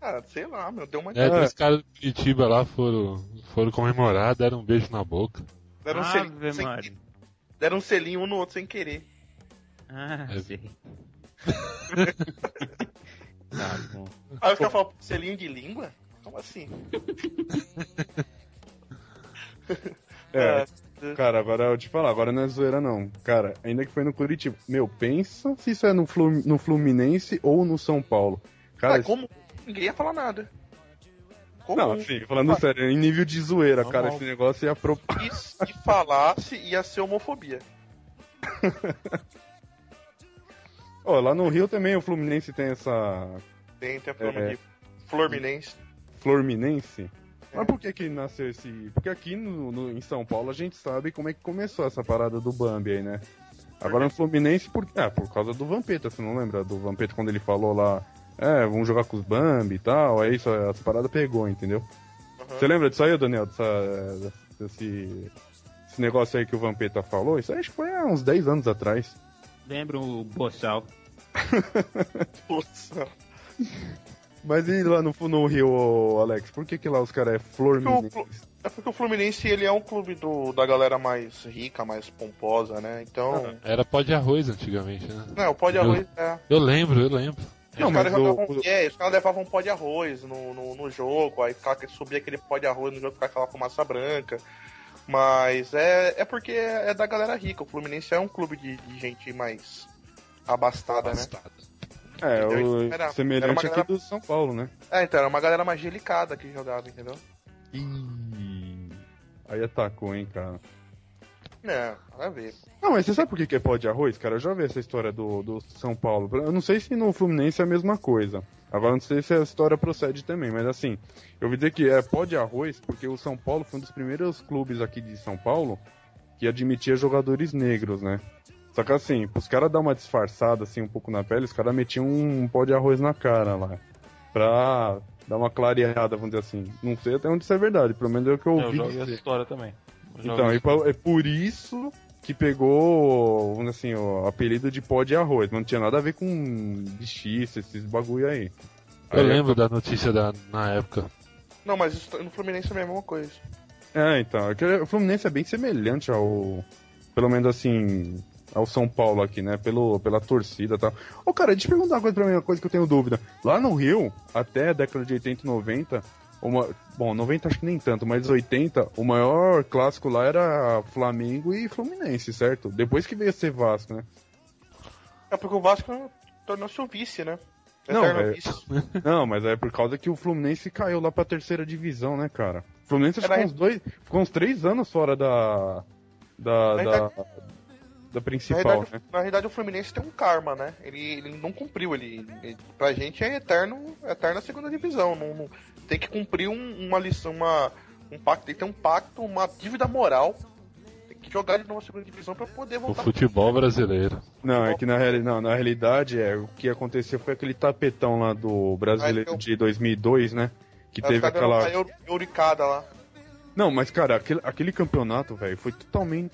Ah, sei lá, meu, deu uma. É, três caras do Curitiba lá foram, foram comemorar, deram um beijo na boca. Deram, um Ave selinho, sem- Maria. deram um selinho um no outro sem querer. Ah, É. sei. tá bom. Aí os caras falam, selinho de língua? Como assim? Ah, É, cara, agora eu te falar, agora não é zoeira não. Cara, ainda que foi no Curitiba. Meu, pensa se isso é no, Flu- no Fluminense ou no São Paulo. Cara, Ah, como? Ninguém ia falar nada. Como? um Não, assim, falando sério, em nível de zoeira, cara, esse negócio ia pro... E se falasse, ia ser homofobia. Ó, lá no Rio também o Fluminense tem essa Dentro é É. problema de Fluminense. Florminense. Mas por que que nasceu esse... Porque aqui no, no- em São Paulo a gente sabe como é que começou essa parada do Bambi aí, né? Agora no Fluminense, por... Ah, por causa do Vampeta, você não lembra do Vampeta quando ele falou lá... É, vamos jogar com os Bambi e tal, aí isso, essa parada pegou, entendeu? Aham. Você lembra disso aí, Daniel? Dessa, desse, desse negócio aí que o Vampeta falou? Isso aí acho que foi há uns 10 anos atrás. Lembra o Boçal? Nossa. Mas e lá no, no Rio, ô, Alex? Por que que lá os caras é Florminense? Porque É porque o Fluminense ele é um clube do, da galera mais rica, mais pomposa, né? Então. Era pó de arroz antigamente, né? Não, o pó de arroz é. Eu lembro, eu lembro. Não, os mas caras jogavam. o, o- É, os caras levavam um pó de arroz no, no, no jogo, aí ficava, subia aquele pó de arroz no jogo ficava aquela fumaça branca. Mas é, é porque é da galera rica. O Fluminense é um clube de, de gente mais abastada, né? é, o Era- era uma semelhante galera- aqui do São Paulo, né? É, então, era uma galera mais delicada que jogava, entendeu? né? Ih, aí atacou, hein, cara. Não, É, nada a ver. Não, mas você sabe por que que é pó de arroz, cara? Eu já vi essa história do, do São Paulo. Eu não sei se no Fluminense é a mesma coisa. Agora, não sei se a história procede também, mas assim, eu vou dizer que é pó de arroz porque o São Paulo foi um dos primeiros clubes aqui de São Paulo que admitia jogadores negros, né? Só que assim, pros caras dar uma disfarçada assim um pouco na pele, os caras metiam um pó de arroz na cara lá. Pra dar uma clareada, vamos dizer assim. Não sei até onde isso é verdade, pelo menos é o que eu Eu ouvi. joguei dizer. essa história também. Eu Então, joguei- e pa- é por isso que pegou, vamos dizer assim, o apelido de pó de arroz. Não tinha nada a ver com bichice, esses bagulho aí. Aí, Eu é lembro da notícia da, na época. Não, mas isso, no Fluminense é a mesma coisa. É, então. é que O Fluminense é bem semelhante ao. Pelo menos assim. Ao São Paulo aqui, né? Pelo, pela torcida e tal. Ô, cara, deixa eu perguntar uma coisa pra mim, uma coisa que eu tenho dúvida. Lá no Rio, até a década de 80 e 90, uma, bom, 90 acho que nem tanto, mas 80, o maior clássico lá era Flamengo e Fluminense, certo? Depois que veio a ser Vasco, né? É porque o Vasco tornou-se o vice, né? Não, Eterno é- vice. Não, mas é por causa que o Fluminense caiu lá pra terceira divisão, né, cara? O Fluminense acho que Era- ficou uns dois. Ficou uns três anos fora da. Da. Da, Na verdade- da Na principal, realidade, né? na realidade, o Fluminense tem um karma, né? Ele, ele não cumpriu. Ele, ele- pra gente é eterno, eterna segunda divisão. Não, não- tem que cumprir um- uma lição, uma, um pacto. Tem que ter um pacto, uma dívida moral. Tem que jogar de novo a segunda divisão pra poder O voltar. futebol brasileiro. Não, é que na, reali- não, na realidade é o que aconteceu foi aquele tapetão lá do brasileiro Ah, então- de 2002, né? Que Os teve caras deram aquela. uma eu- Euricada lá. Não, mas cara, aquele, aquele campeonato, velho, foi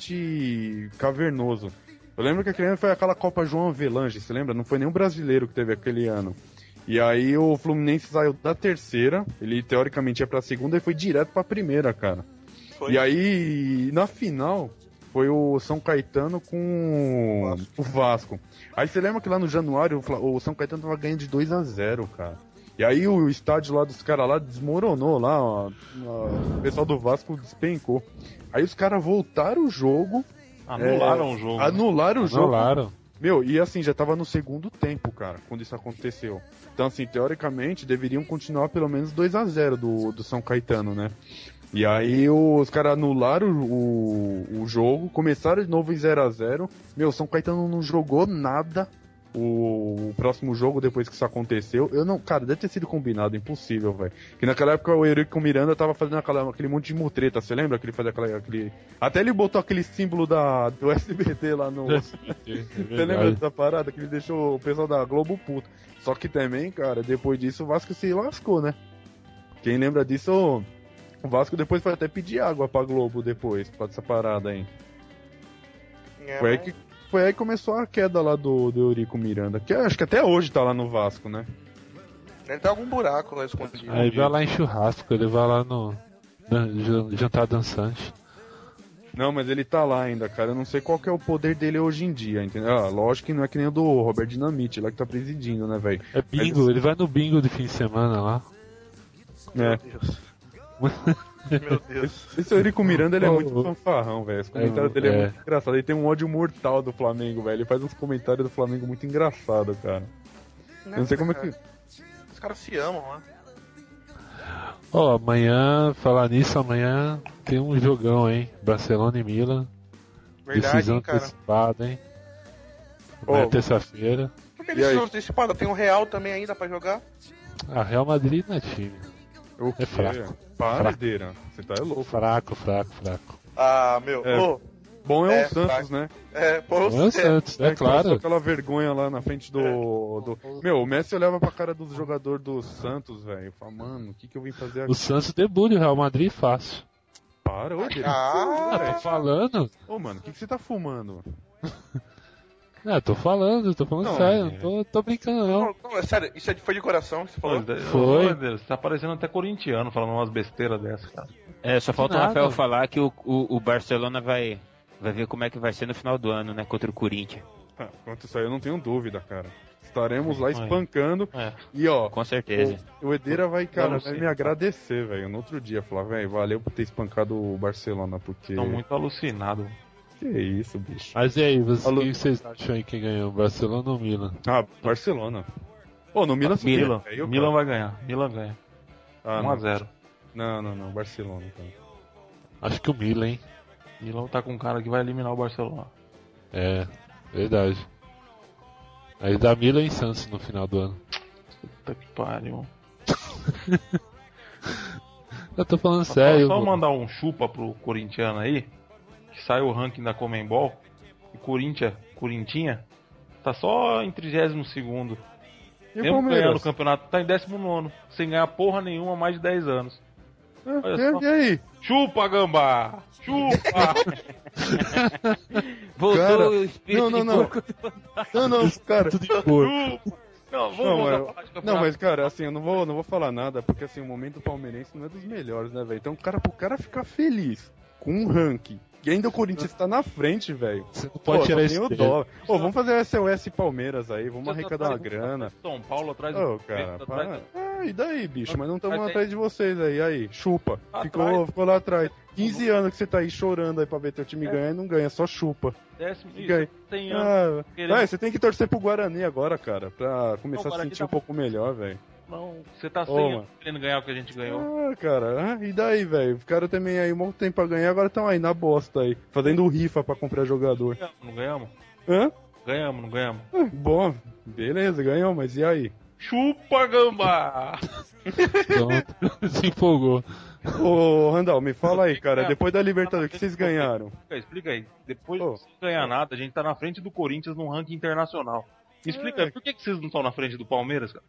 totalmente cavernoso. Eu lembro que aquele ano foi aquela Copa João Avelange, você lembra? Não foi nenhum brasileiro que teve aquele ano. E aí o Fluminense saiu da terceira, ele teoricamente ia pra segunda e foi direto pra primeira, cara. Foi. E aí, na final, foi o São Caetano com o Vasco. Aí você lembra que lá no Januário o Fla- o São Caetano tava ganhando de 2 a 0 cara. E aí o estádio lá dos caras lá desmoronou lá, ó, ó, o pessoal do Vasco despencou. Aí os caras voltaram o jogo, é, Anularam o jogo. né? anularam o jogo. Anularam. Meu, e assim, já tava no segundo tempo, cara, quando isso aconteceu. Então, assim, teoricamente, deveriam continuar pelo menos 2 a 0 do, do São Caetano, né? E aí os caras anularam o, o jogo, começaram de novo em 0 a 0 Meu, o São Caetano não jogou nada o, o próximo jogo depois que isso aconteceu. Eu não, cara, deve ter sido combinado, impossível, velho. Que naquela época o Eurico Miranda tava fazendo aquela- aquele monte de mutreta, você lembra? Que ele fazia aquela, aquele. Até ele botou aquele símbolo da, do SBT lá no. Você lembra dessa parada que ele deixou o pessoal da Globo puto? Só que também, cara, depois disso o Vasco se lascou, né? Quem lembra disso, o Vasco depois foi até pedir água pra Globo depois, pra essa parada aí. É, Foi aí mas- que, foi aí que começou a queda lá do, do Eurico Miranda, que eu acho que até hoje tá lá no Vasco, né? Ele tem algum buraco lá escondido. Aí vai lá em churrasco, ele vai lá no dan- jan- jantar dançante. Não, mas ele tá lá ainda, cara. Eu não sei qual que é o poder dele hoje em dia, entendeu? Ah, lógico que não é que nem o do Robert Dinamite, lá que tá presidindo, né, velho? É bingo, ele vai no bingo de fim de semana lá. É. Meu Deus. Meu Deus. Esse Eurico Miranda ele é Ô, muito ô. fanfarrão, velho. Os comentários dele é, É. muito engraçado. Ele tem um ódio mortal do Flamengo, velho. Ele faz uns comentários do Flamengo muito engraçado, cara. Eu não sei como é que. Né, Os caras se amam, né? Ó, amanhã, falar nisso, amanhã tem um jogão, hein? Barcelona e Milan. Verdade, decisão hein, cara. antecipada, hein? Ô, Amanhã é terça-feira. Por que E eles aí? não anteciparam? Tem um Real também ainda pra jogar? A Real Madrid não é time. O quê? É fraco. Para, Fraco. Deira. Você tá é louco. Fraco, fraco, fraco. Ah, meu. É. Ô, Bom é o É, Santos, fraco. né? é, pô, Não é o você- Santos, é que passou claro. Aquela vergonha lá na frente É. do, do. Meu, o Messi olhava pra cara dos jogadores do Santos, velho. Fala, mano, o que, que eu vim fazer O aqui? Santos debulha o Real Madrid fácil. Para, ô, Deira. Ah, Ah, É. tô falando. Ô, mano, o que, que você tá fumando? Ah, tô falando, tô falando Não, sério. é. Não tô, tô brincando, não. não, não, é sério, isso é de- foi de coração que você Pô, falou? Foi. meu Deus, Você tá parecendo até corintiano falando umas besteiras dessas, cara. É, só falta o nada. Rafael falar que o, o, o Barcelona vai, vai ver como é que vai ser no final do ano, né? Contra o Corinthians. Ah, Quanto isso aí, eu não tenho dúvida, cara. Estaremos lá espancando. É. E ó, Com certeza. O Edeira vai, cara, Vamos vai sim. me agradecer, velho. No outro dia, falar, velho, valeu por ter espancado o Barcelona, porque. é. Estão muito alucinados. Que isso, bicho. Mas e aí, vocês- o Alô. que vocês acham aí quem ganhou? Barcelona ou Milan? Ah, Barcelona. Pô, no Milan é subiu, Milan, velho, Milan cara. vai ganhar. Milan ganha. Ah, não. 1x0. Não, não, não, Barcelona, cara. Acho que o Milan, hein? Milan tá com um cara que vai eliminar o Barcelona. É, verdade. Aí dá Milan e Santos no final do ano. Puta que pariu. Eu tô falando Só- sério. Só mano. mandar um chupa pro corintiano aí, que sai o ranking da Comembol, e Corinthians, Corintinha, tá só em 32 E o Mesmo ganhando Palmeiras? o campeonato, tá em 19 sem ganhar porra nenhuma há mais de 10 anos. Ah, Olha só. e, e aí? Chupa, gambá! Chupa! Voltou Cara, o espírito não, não, de não. porco. Não, não, cara. Tudo de porco. chupa! Não, vamos Não, voltar mas- a falar de campeonato. Não, mas, cara, assim, eu não vou, não vou falar nada, porque, assim, o momento palmeirense não é dos melhores, né, velho? Então, cara, pro cara ficar feliz com um ranking. E ainda o Corinthians tá na frente, velho. Você não pode Pô, tirar só esse tem o dedo. dó. Ô, vamos fazer SOS Palmeiras aí, vamos arrecadar uma atrás- grana. São Paulo atrás Ô, do cara, atrás para. do- Ah, e daí, bicho? Mas não estamos Mas tem- atrás de vocês aí. Aí, chupa. Atrás. Ficou, ficou lá atrás. 15 anos que você tá aí chorando aí pra ver teu time É. ganhar e não ganha, só chupa. décimo. Fica aí. Isso, tem anos Ah, querendo- é, você tem que torcer pro Guarani agora, cara, pra começar Não, o a se Guarani sentir tá um pouco melhor, velho. Não, você tá Ô, sem mano. querendo ganhar o que a gente ganhou. Ah, cara, ah, e daí, velho? Ficaram também aí um monte de tempo pra ganhar, agora estão aí na bosta aí, fazendo rifa pra comprar jogador. Ganhamos, não ganhamos? Hã? Ganhamos, não ganhamos? Ah, Bom, beleza, ganhou, mas e aí? Chupa, gambá! Pronto. Se empolgou. Ô, Randall, me fala aí, cara, Não, depois da Libertadores, o que vocês ganharam? Explica aí, explica aí. Depois Ô. de não ganhar nada, a gente tá na frente do Corinthians num ranking internacional. Me Explica, É. por que, que vocês não estão na frente do Palmeiras, cara?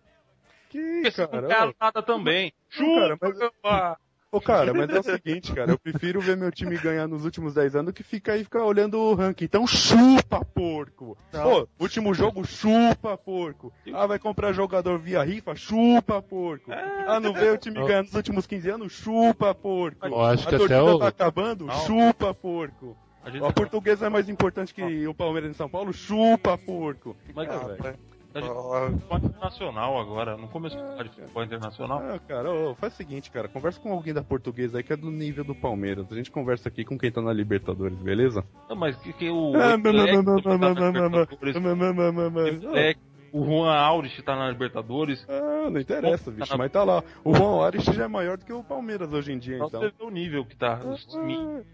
Que, Porque vocês não cara? ganharam nada também. Não, cara, Chupa, mas- gambá! Ô, cara, mas é o seguinte, cara, eu prefiro ver meu time ganhar nos últimos 10 anos do que ficar aí ficar olhando o ranking. Então chupa, porco! Ô, último jogo, chupa, porco! Ah, vai comprar jogador via rifa? Chupa, porco! Ah, não vê o time Ô. ganhar nos últimos 15 anos? Chupa, porco! Eu acho que A até torcida o. tá acabando? Não. Chupa, porco! A gente, A portuguesa é mais importante que o Palmeiras em São Paulo? Chupa, porco! mas, Ah, a gente velho. tá no Ó, futebol internacional agora. Não começou a falar de futebol internacional? Ah, cara, ô, faz o seguinte, cara, conversa com alguém da portuguesa aí que é do nível do Palmeiras. A gente conversa aqui com quem tá na Libertadores, beleza? Não, mas que, que o. Ah, o Emelec também tá na Libertadores, o Não Emelec, O Juan Aurich tá na Libertadores. Ah, interessa, bicho, mas tá lá. O Juan Ares já é maior do que o Palmeiras hoje em dia, Então você então. vê o nível que tá. os times.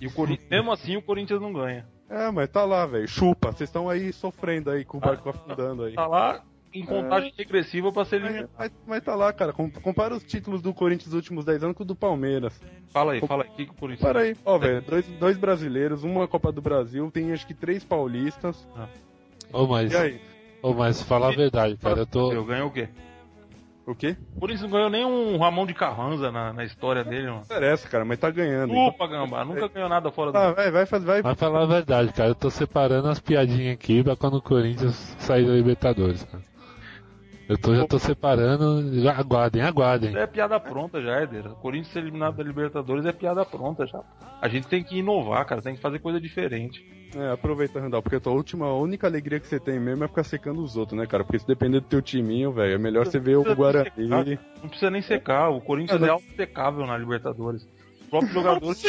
E o Corinthians, mesmo assim, o Corinthians não ganha. É, mas tá lá, velho. Chupa, vocês estão aí sofrendo aí com o barco afundando aí. Tá lá em contagem regressiva pra ser Mas, eliminado. mas- mas tá lá, cara. Com- Compara os títulos do Corinthians dos últimos 10 anos com o do Palmeiras. Fala aí, fala aí. O que, que o Corinthians Para aí. Ó, velho, dois, dois brasileiros, uma Copa do Brasil, tem acho que três paulistas. Ô, mas, E aí? ô, mas falar a verdade, cara. Eu tô. Eu ganhou o quê? O quê? O Corinthians não ganhou nem um Ramon de Carranza na, na história dele, mano. Não interessa, cara, mas tá ganhando. Opa, gambá, nunca ganhou nada fora do. Ah, vai, vai, faz- vai. Mas falar a verdade, cara. Eu tô separando as piadinhas aqui pra quando o Corinthians sair da Libertadores, cara. Eu tô, já tô separando. Aguardem, aguardem. É piada pronta já, Herdeira. Corinthians ser eliminado da Libertadores é piada pronta já. A gente tem que inovar, cara. Tem que fazer coisa diferente. É, aproveita, Randall, porque a tua última, a única alegria que você tem mesmo é ficar secando os outros, né, cara? Porque se depender do teu timinho, velho, é melhor você ver o Guarani. Não precisa nem secar. O Corinthians é auto-secável na Libertadores. Os próprios jogadores,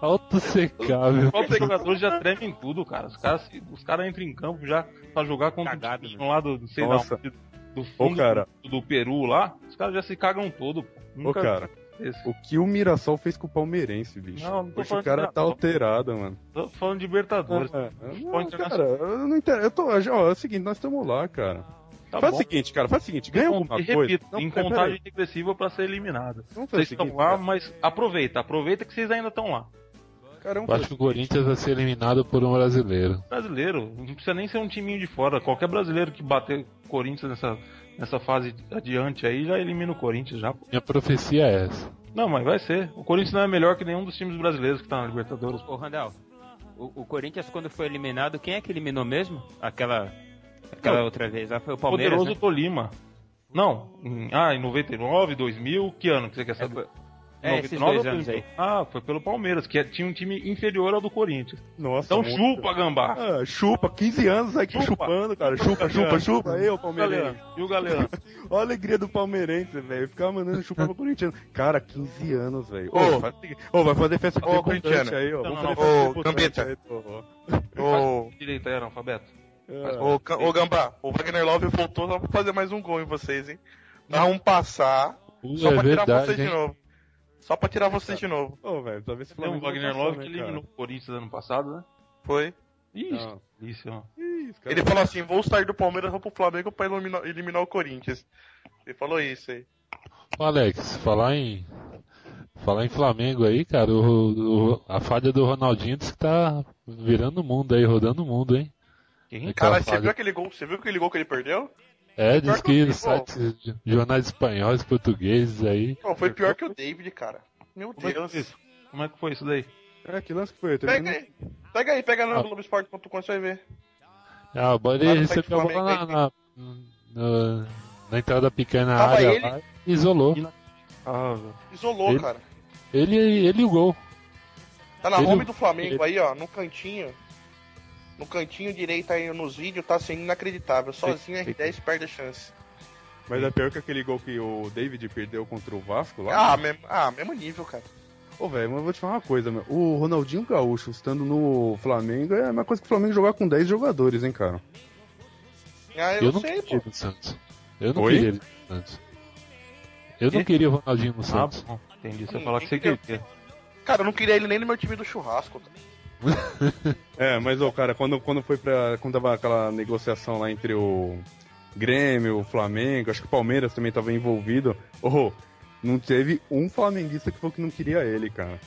Autossecável. os próprios jogadores já tremem tudo, cara. Os caras se- os caras entram em campo já pra jogar contra Cagado, o né? time lá do, não sei Nossa. lá, do- do fundo cara. do, do Peru lá. Os caras já se cagam todo, pô. Ô, Nunca cara, esse. o que o Mirassol fez com o palmeirense, bicho? Não, não tô Hoje falando o cara de tá Mirassol. alterado, mano. Tô falando de Libertadores. É, Pode não, jogar- cara, eu não entendo. Eu tô, ó, é o seguinte, nós estamos lá, cara. Tá faz bom. o seguinte, cara, faz o seguinte, assim, ganha alguma e coisa. repito, em pera- assim, contagem regressiva pra ser eliminado. pera- vamos fazer o Vocês estão seguinte, lá, cara. mas aproveita, aproveita que vocês ainda estão lá. Cara, vamos Eu acho que o Corinthians vai ser eliminado por um brasileiro. Brasileiro, não precisa nem ser um timinho de fora. Qualquer brasileiro que bater Corinthians nessa, nessa fase adiante aí já elimina o Corinthians já. pô. Minha profecia é essa. Não, mas vai ser. O Corinthians não é melhor que nenhum dos times brasileiros que tá na Libertadores. Ô, Randall, o, o Corinthians quando foi eliminado, quem é que eliminou mesmo? Aquela, aquela outra vez lá foi o Palmeiras, né? Poderoso Tolima. Não, em- ah, em 99, 2000, que ano que você quer saber? né? É, esses 99 dois ou anos 2000? aí. Ah, foi pelo Palmeiras, que é- tinha um time inferior ao do Corinthians. Nossa, Então muito- chupa, gambá! Ah, chupa, 15 anos aqui Chupa. É. chupando, cara. Chupa, chupa, chupa. Aí, ô Galera, Palmeirense. e o Galera? Olha a alegria do palmeirense, velho. Ficar mandando chupar pro corintiano. Cara, 15 anos, velho. Ô, Ô. faz o seguinte- ô, vai fazer festa de Ô, debutante corintiano. aí, ó. Não, Vamos não, fazer não. festa de Ô, debutante Gambetta. aí, pô. Ô, Direita era analfabeto. É. ô, Ca- ô Gambá, o Wagner Love voltou só pra fazer mais um gol em vocês, hein? Dá um passar, Uh, só é pra tirar verdade, vocês hein? de novo. Só pra tirar vocês de novo. Ô, velho, pra ver se o Tem um Flamengo vai Wagner passar, Love né, que cara? eliminou o Corinthians ano passado, né? Foi. Ixi, Não. delícia, mano. Ih, os caras- Ele falou assim: vou sair do Palmeiras vou pro Flamengo pra eliminar, eliminar o Corinthians. Ele falou isso aí. Ô, Alex, falar em. Falar em Flamengo aí, cara, o- o- a falha do Ronaldinho diz que tá virando o mundo aí, rodando o mundo, hein? Quem? Aquela Caralho, você falha. viu aquele gol? Você viu aquele gol que ele perdeu? É, diz Pior que que eu vi, nos sites de jornais espanhóis, portugueses aí. Não, foi pior que o David, cara. Meu Como é que Deus. foi isso? Como é que foi isso daí? É, que lance que foi? Teve Pega um- aí. Pega aí, pega no Ah. Globoesporte.com, você vai ver. Ah, bora Lá ele no recebeu a Flamengo, bola na, na, na- na entrada pequena na Tava área ele- lá e isolou. Ah, velho. Isolou, Ele? cara. Ele, ele e o gol. Tá na Ele- home do Flamengo aí, ó, no cantinho. No cantinho direito aí nos vídeos, tá sendo inacreditável. Sozinho R10 perde a chance. Mas é pior que aquele gol que o David perdeu contra o Vasco lá. Ah, mesmo, ah, mesmo nível, cara. Ô, velho, mas eu vou te falar uma coisa, meu. O Ronaldinho Gaúcho estando no Flamengo é a mesma coisa que o Flamengo jogar com 10 jogadores, hein, cara. Ah, eu, Eu, não sei, queria pô. ele no Santos. Eu não Oi? queria ele no Santos. Eu não Quê? queria o Ronaldinho no Ah, Santos. bom. Entendi. Você Hum, falar que você entendeu? queria. Cara, eu não queria ele nem no meu time do churrasco, cara. É, mas, ô, cara, quando, quando foi pra. Quando tava aquela negociação lá entre o Grêmio, o Flamengo, acho que o Palmeiras também tava envolvido. Ô, não teve um flamenguista que falou que não queria ele, cara.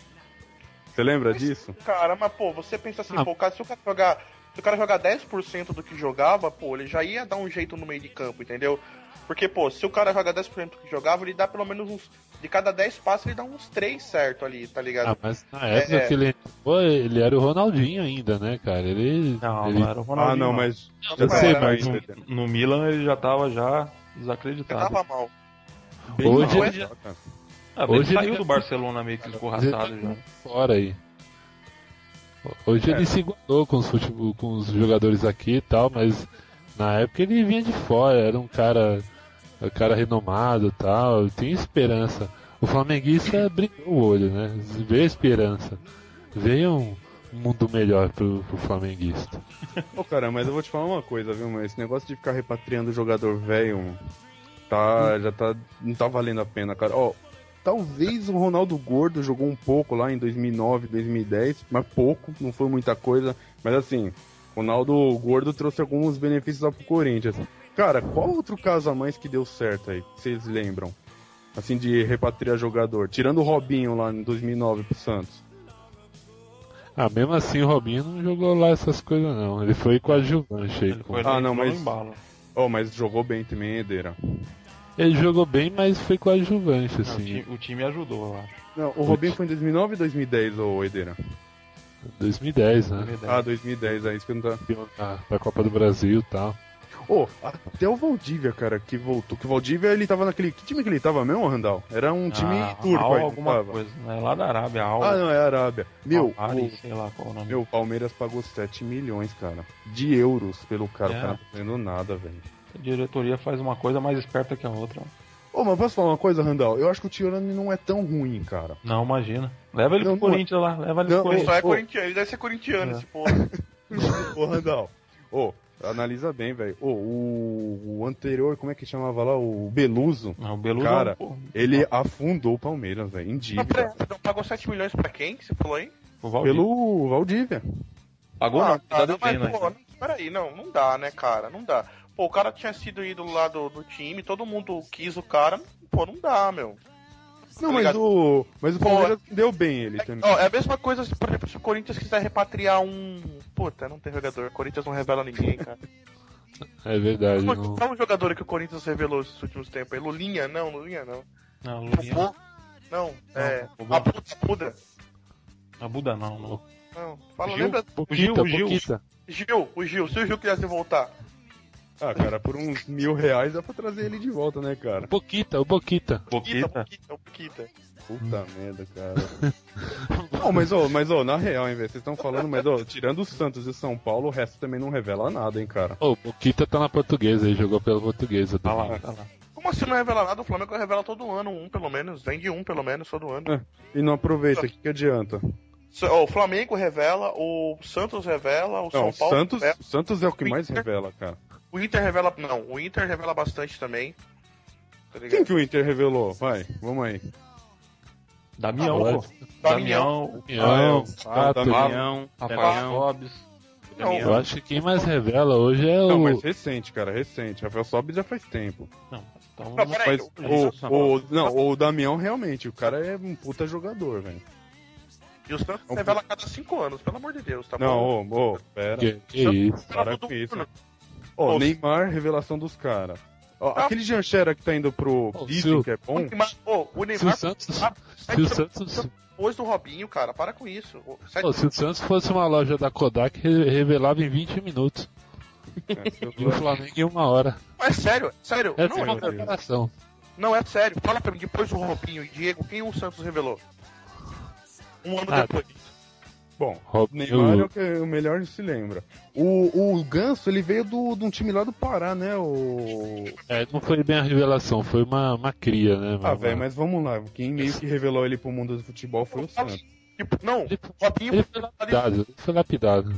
Você lembra Mas- disso? Cara, mas pô, você pensa assim, Ah. pô, o cara, se o cara jogar. Se o cara jogar 10% do que jogava, pô, ele já ia dar um jeito no meio de campo, entendeu? Porque, pô, se o cara joga 10% do que jogava, ele dá pelo menos uns. De cada 10 passos, ele dá uns 3 certo ali, tá ligado? Ah, mas na época é. que ele entrou, ele era o Ronaldinho ainda, né, cara? Ele. Não, ele... não era o Ronaldinho. Ah, não, mas. Então, Eu tipo, sei, é, era, mas ainda. No, no Milan ele já tava já Ele desacreditado. tava mal. Bem Hoje mal, ele já- cara. Ah, mas Hoje ele saiu ele- do Barcelona meio que escorraçado Ele- já. fora aí. Hoje É. ele se igualou com os, futebol, com os jogadores aqui e tal, mas na época ele vinha de fora, era um cara, um cara renomado e tal, tinha esperança. O flamenguista brilhou o olho, né? Vê a esperança. Veio um mundo melhor pro, pro flamenguista. Ô, cara, mas eu vou te falar uma coisa, viu, mano? Esse negócio de ficar repatriando jogador velho, mano, tá, já tá, não tá valendo a pena, cara. Ó, talvez o Ronaldo Gordo jogou um pouco lá em 2009, 2010, mas pouco, não foi muita coisa. Mas assim, o Ronaldo Gordo trouxe alguns benefícios lá pro Corinthians. Cara, qual outro caso a mais que deu certo aí, que vocês lembram? Assim, de repatriar jogador. Tirando o Robinho lá em 2009 pro Santos. Ah, mesmo assim o Robinho não jogou lá essas coisas não. Ele foi coadjuvante aí. Ele com- foi Ah, lá e não, entrou no mas- embalo. Ó, mas jogou bem também, Edeira. Ele jogou bem, mas foi coadjuvante, Não, o, assim. time, o time ajudou, eu acho. Não, o Robinho foi em 2009 e 2010, ô Edeira? 2010, na né? verdade. um Ah, 2010, é isso que eu não tá. Campeão da- da Copa do Brasil e tal. Ô, até o Valdívia, cara, que voltou. Que o Valdívia, ele tava naquele. Que time que ele tava mesmo, Randall? Era um time Ah, turco Al aí, não alguma tava? coisa, né? Lá da Arábia, Al. Ah, não, é a Arábia. Meu, Al Ali, o, sei lá qual é o nome. meu, o Palmeiras pagou 7 milhões, cara, de euros pelo cara. É. O cara não tá fazendo nada, velho. A diretoria faz uma coisa mais esperta que a outra. Ô, mas posso falar uma coisa, Randall? Eu acho que o Tirone não é tão ruim, cara. Não, imagina. Leva ele Não, pro não é. Corinthians lá, leva ele Não, pro Ele só Corinthians. é Pô. corintiano, ele deve ser corintiano É. esse porra. Ô, Randall. Ô, analisa bem, velho. Ô, o, o anterior, como é que chamava lá? O Beluso. Não, o Belo é Cara, não, pô. Ele afundou o Palmeiras, velho, em Não, dívida. pera, Tá não pagou 7 milhões pra quem? que Você falou aí? O Valdir. Pelo Valdívia. Pagou Ah, não, tá não, devendo mas, pô, né? ainda. não, peraí, não, não dá, né, cara? Não dá. Pô, o cara tinha sido ídolo lá do, do time, todo mundo quis o cara. Pô, não dá, meu. Não, Tá mas ligado? o, mas o Palmeiras deu bem ele também. Ó, é a mesma coisa, se, por exemplo, se o Corinthians quiser repatriar um. Puta, não tem jogador. O Corinthians não revela ninguém, cara. É verdade. Pô, Não... Qual um jogador que o Corinthians revelou esses últimos tempos aí? Lulinha? Não, Lulinha não. Não, Lulinha. Bubu? Não, é. Bubu. A Buda, Buda. A Buda não, não. Não, fala, Gil? lembra? Pouquita, Gil, Gil. pouquita. Gil, o Gil, se o Gil quisesse voltar. Ah, cara, por uns mil reais dá pra trazer ele de volta, né, cara? Pouquita, o Boquita. Boquita, Boquita. Boquita, Boquita. Puta merda, cara. não, mas ô, mas ô, na real, hein, velho, vocês estão falando, mas ô, tirando o Santos e o São Paulo, o resto também não revela nada, hein, cara. Ô, o Boquita tá na portuguesa, ele jogou pela portuguesa. Tá Tá lá, tá lá. Como assim não revela nada? O Flamengo revela todo ano, um pelo menos. Vende um pelo menos todo ano. E não aproveita, o que, que adianta? Sa- ó, O Flamengo revela, o Santos revela, o Não, São o Paulo Santos, revela, o Santos é o que mais revela, cara. o Inter revela. Não, o Inter revela bastante também. Tá ligado? Quem que o Inter revelou? Vai, vamos aí. Tá Ah, Damião, pô. Damião, Não, Ah, tá bom. Damião, Rafael Damião, Sobes. Eu Damião. acho que quem mais revela hoje é Não, o. mas recente, cara, recente. Rafael Sobe já faz tempo. Não, então, Não, peraí, Mas o- é o, o, não, o Damião realmente, o cara é um puta jogador, velho. E o Santos revela a cada cinco anos, pelo amor de Deus, tá Não, bom? Tá ô, ô, pera. Que, que isso? Revela para todo com isso. é ano. Ó, né? Ô, Neymar, revelação dos caras. Ó, aquele Janchera que tá indo pro Ô, dizem Sil. que é O bom. Neymar, ô, o Se o Neymar Santos. Ah, Se o Santos, depois do Robinho, cara, para com isso. O- sete- pô, se o Santos fosse uma loja da Kodak, re- revelava em 20 minutos. né, E o Flamengo em uma hora. É sério, sério. Essa é não, uma é, comparação. não, é sério. Fala pra mim, depois do Robinho e Diego, quem o Santos revelou? Um ano Ah, depois. bom, Rob- o Neymar é eu- o, que, o melhor se lembra. O, o Ganso, ele veio do, de um time lá do Pará, né? O... É, não foi bem a revelação, foi uma, uma cria, né? Ah, uma- velho, mas vamos lá. Quem meio que revelou ele pro mundo do futebol foi o Santos. Tipo, não, Ele, Robinho ele foi lapidado, ele foi lapidado.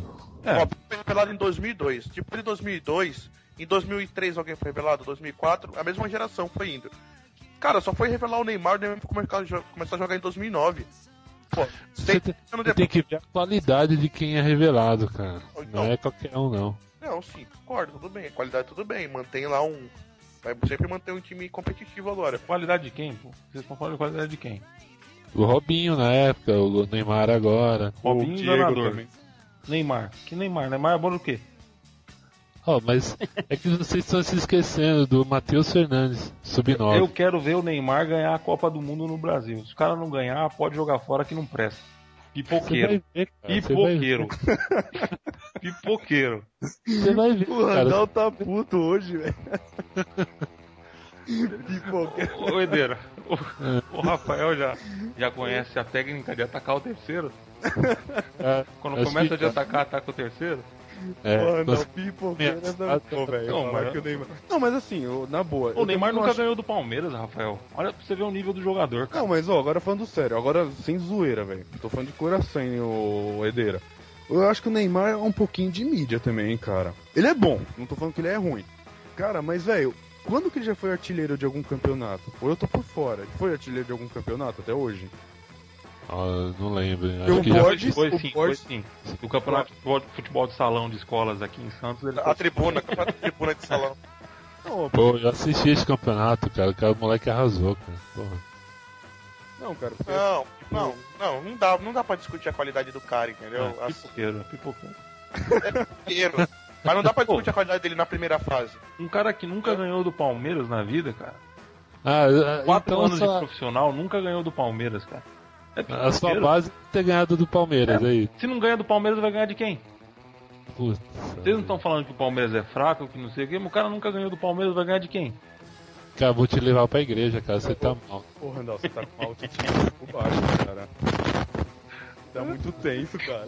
É. Robinho foi revelado em 2002. Depois de 2002, em 2003 alguém foi revelado, 2004, a mesma geração foi indo. Cara, só foi revelar o Neymar, o Neymar foi começar a jo- começar a jogar em 2009. Pô, Você seis tem, anos você tem que ver a qualidade de quem é revelado, cara. Então. Não é qualquer um, não. Não, sim, concordo, tudo bem. A qualidade tudo bem. Mantém lá um. Vai sempre manter um time competitivo agora. Qualidade de quem, pô? Vocês estão falando de qualidade de quem? O Robinho na época, o Neymar agora. Robinho o e Diego enganador. também. Neymar. Que Neymar? Neymar é bom do quê? Ó, mas é que vocês estão se esquecendo do Matheus Fernandes, sub-9. Eu quero ver o Neymar ganhar a Copa do Mundo no Brasil. Se o cara não ganhar, pode jogar fora que não presta. Você vai Pipoqueiro. ver, cara. Você vai ver, Pipoqueiro. Pipoqueiro. você vai ver cara. tá puto hoje, velho. Pipoca. Ô, Edeira, o, É. o Rafael já, já conhece a técnica de atacar o terceiro. cara. Quando Mas começa de fica- atacar, ataca o terceiro. É, Não, mas pipoqueira Minha- da Pô, é velho, Não, falar mas- que o Neymar- Não, mas assim, eu- na boa. O eu Neymar também nunca não acho- ganhou do Palmeiras, Rafael. Olha pra você ver o nível do jogador, cara. Não, mas ó, agora falando sério, agora sem zoeira, velho. Tô falando de coração, hein, ô Edeira. Eu acho que o Neymar é um pouquinho de mídia também, hein, cara. Ele é bom, não tô falando que ele é ruim. Cara, mas velho, quando que ele já foi artilheiro de algum campeonato? Ou eu tô por fora? Ele foi artilheiro de algum campeonato até hoje? Ó, não lembro. Eu Acho que já... vou- Foi, Borges- foi o sim, foi Borges- sim. Do campeonato de futebol- futebol de salão de escolas aqui em Santos, ele Ah, A tribuna, a tribuna de salão. Não, Pô, eu assisti esse campeonato, cara. O cara, o moleque arrasou, cara. Porra. não, cara. porque- Ah. Não, não, não, não dá, não dá pra discutir a qualidade do cara, entendeu? é, Assim, pipoqueiro, pipoqueiro. inteiro. Mas não dá pra discutir a qualidade dele na primeira fase. Um cara que nunca ganhou do Palmeiras na vida, cara. Ah, ah, Quatro então anos de só- profissional, nunca ganhou do Palmeiras, cara. É a sua pipoqueiro. base é ter ganhado do Palmeiras aí. Se não ganha do Palmeiras, vai ganhar de quem? Putz. Vocês não estão falando que o Palmeiras é fraco, que não sei o quê, mas o cara nunca ganhou do Palmeiras, vai ganhar de quem? Cara, vou te levar pra igreja, cara. Você tá mal. Ô, Randall, você tá com a altitude muito baixa, cara. Tá muito tenso, cara.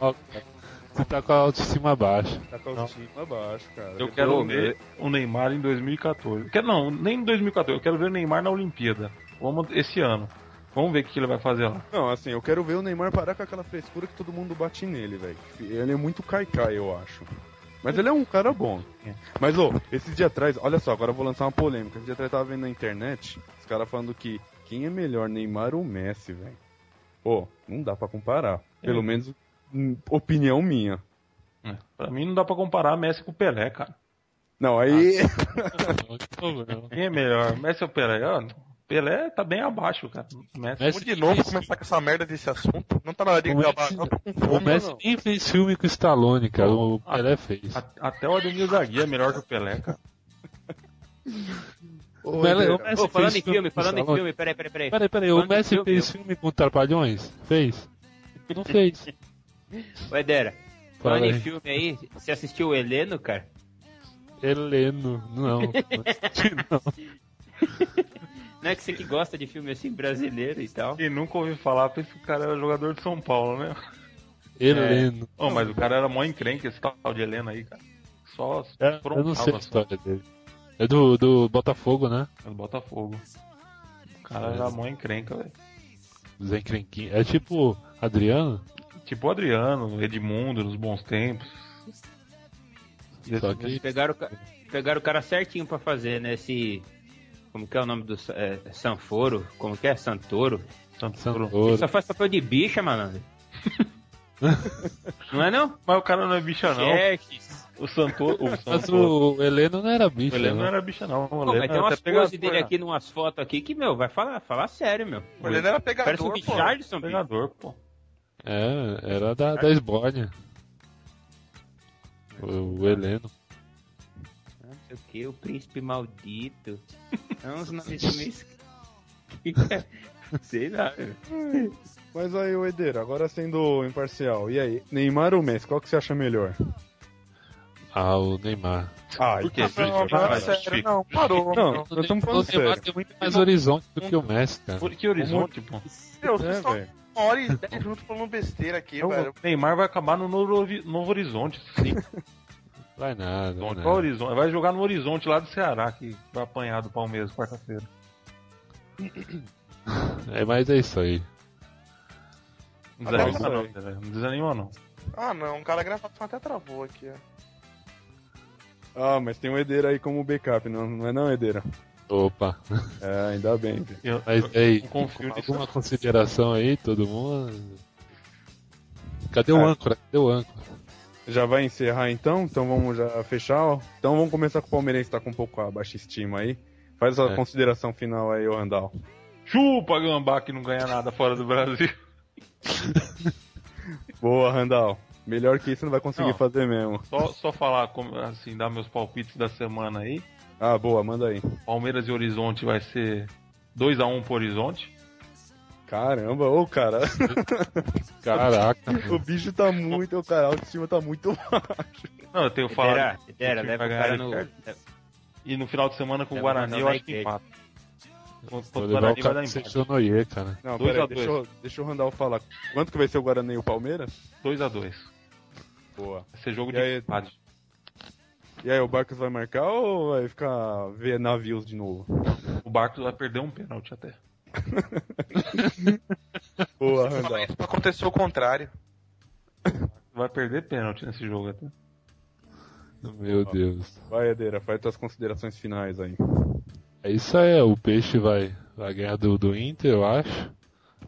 mal, cara. Você tá com a autoestima baixa. Tá com a altitude abaixo, cara. Eu quero Depois- ver o Neymar em 2014. Quero, não, nem em 2014, eu quero ver o Neymar na Olimpíada. Vamos esse ano. Vamos ver o que ele vai fazer lá. Não, assim, eu quero ver o Neymar parar com aquela frescura que todo mundo bate nele, velho. Ele é muito caicai, eu acho. Mas ele é um cara bom. Mas, ô, esses dias atrás, olha só, agora eu vou lançar uma polêmica. Esses dias atrás eu tava vendo na internet os caras falando que quem é melhor, Neymar ou Messi, velho. Pô, não dá pra comparar. Pelo menos, hum, opinião minha. É. Pra mim não dá pra comparar Messi com o Pelé, cara. Não, aí. Não, de novo, não. Quem é melhor, Messi ou Pelé? Ah, Pelé tá bem abaixo, cara. Messi. Messi Vamos de novo começar com essa merda desse assunto? Não tá na hora de O gravar, Messi- não. Tô com O fome, Messi não. nem fez filme com o Stallone, cara. O é Pelé fez. A- Até o Ademir Zaguia é melhor que o Pelé, cara. O Pelé- o Ô, Messi falando fez em filme, com o falando em Stallone. filme, peraí, peraí, peraí. Peraí, peraí, o Falando em Messi filme, fez filme com Trapalhões? Fez? Não fez. Ô, Edera, Fala falando em aí. filme aí, você assistiu o Heleno, cara? Heleno, não. Não é que você que gosta de filme assim brasileiro e tal. Quem nunca ouviu falar, pensa que o cara era jogador de São Paulo, né? Heleno. Não, mas o cara era mó encrenca, esse tal de Helena aí, cara. Só É, eu não sei a história dele. É do, do Botafogo, né? do Botafogo. O cara era mó encrenca, velho. Zé Crenquinho. É tipo Adriano? Tipo o Adriano, Edmundo, nos bons tempos. Só Eles que. pegaram, o ca- pegaram o cara certinho pra fazer, né? Esse. Como que é o nome do. sa- É, Sanforo? Como que é? Santoro? Santos Ele Santoro. só faz papel de bicha, malandro. não é não? Mas o cara não é bicha, não. Xerxes. O Santoro. O Mas Santoro. o Heleno não era O bicho. Helena não né? era bicha, não. O Pô, mas Helena tem era umas até pegador, coisas dele né? aqui, umas fotos aqui que, meu, vai falar, falar sério, meu. O Helena era Parece pegador, um pô. Richardson, bicho. Pegador, né, pô. É, era da, da Esbórnia. O, o Heleno. Ah, Não sei o que, o príncipe maldito. É uns nomes meio esquisitos. Sei lá, meu. Mas aí, o Edeira, agora sendo imparcial. E aí, Neymar ou Messi, qual que você acha melhor? Ah, o Neymar. Ah, Por quê? Não, Vai, não, né? sério, justifica. não, parou. Não, Não, nós estamos falando o Neymar sério. tem muito mais horizonte do que o Messi, cara. Por que horizonte, pô? Meu, É, vocês estão velho. uma hora e dez minutos falando besteira aqui, Eu- velho. O Então, Neymar vai acabar no Novo, Hori- Novo Horizonte. Sim. Vai nada. Vai Qual nada. horizonte? Vai jogar no Horizonte lá do Ceará, que vai apanhar do Palmeiras quarta-feira. É, mas é isso aí. Não desanima Ah, não, não. cara. Não desanima não. Ah, não, cara, a gravação até travou aqui, ó. Ah, mas tem o Edeira aí como backup, não, não é não, Edeira? Opa. É, ainda bem. velho. Eu, Mas eu- aí, não confio nisso. alguma consideração aí, todo mundo? Cadê o Ah. âncora? Cadê o âncora? Já vai encerrar então? Então vamos já fechar, ó. Então vamos começar com o Palmeirense, tá com um pouco a baixa estima aí. Faz a É. consideração final aí, ô Randall. Chupa Gambá que não ganha nada fora do Brasil. Boa, Randall. Melhor que isso não vai conseguir Não. fazer mesmo. Só, só falar, como- assim, dar meus palpites da semana aí. Ah, boa, manda aí. Palmeiras e Horizonte vai ser 2x1 pro Horizonte. Caramba, ô cara, Caraca. o bicho tá muito, ô cara, a autoestima tá muito baixa. Não, eu tenho Dera, falado. Dera, que leva vai o ganhar cara de no. E no final de semana com o Leva o Guarani, eu Guarani acho que aí. empata. Contra Vou o levar Guarani o vai dar cara que empate. Noie, cara. Não, Dois peraí, a dois. deixa, eu- deixa o Randall falar. Quanto que vai ser o Guarani e o Palmeiras? 2x2. Boa. Vai ser jogo E de aí, empate. E aí, o Barcos vai marcar ou vai ficar ver navios de novo? O Barcos vai perder um pênalti até. Boa, Falar Randall. isso pra acontecer o contrário. Vai perder pênalti nesse jogo até. Meu Deus. Vai, Edeira, faz tuas considerações finais aí. É isso aí, o Peixe vai, vai ganhar do, do Inter, eu acho.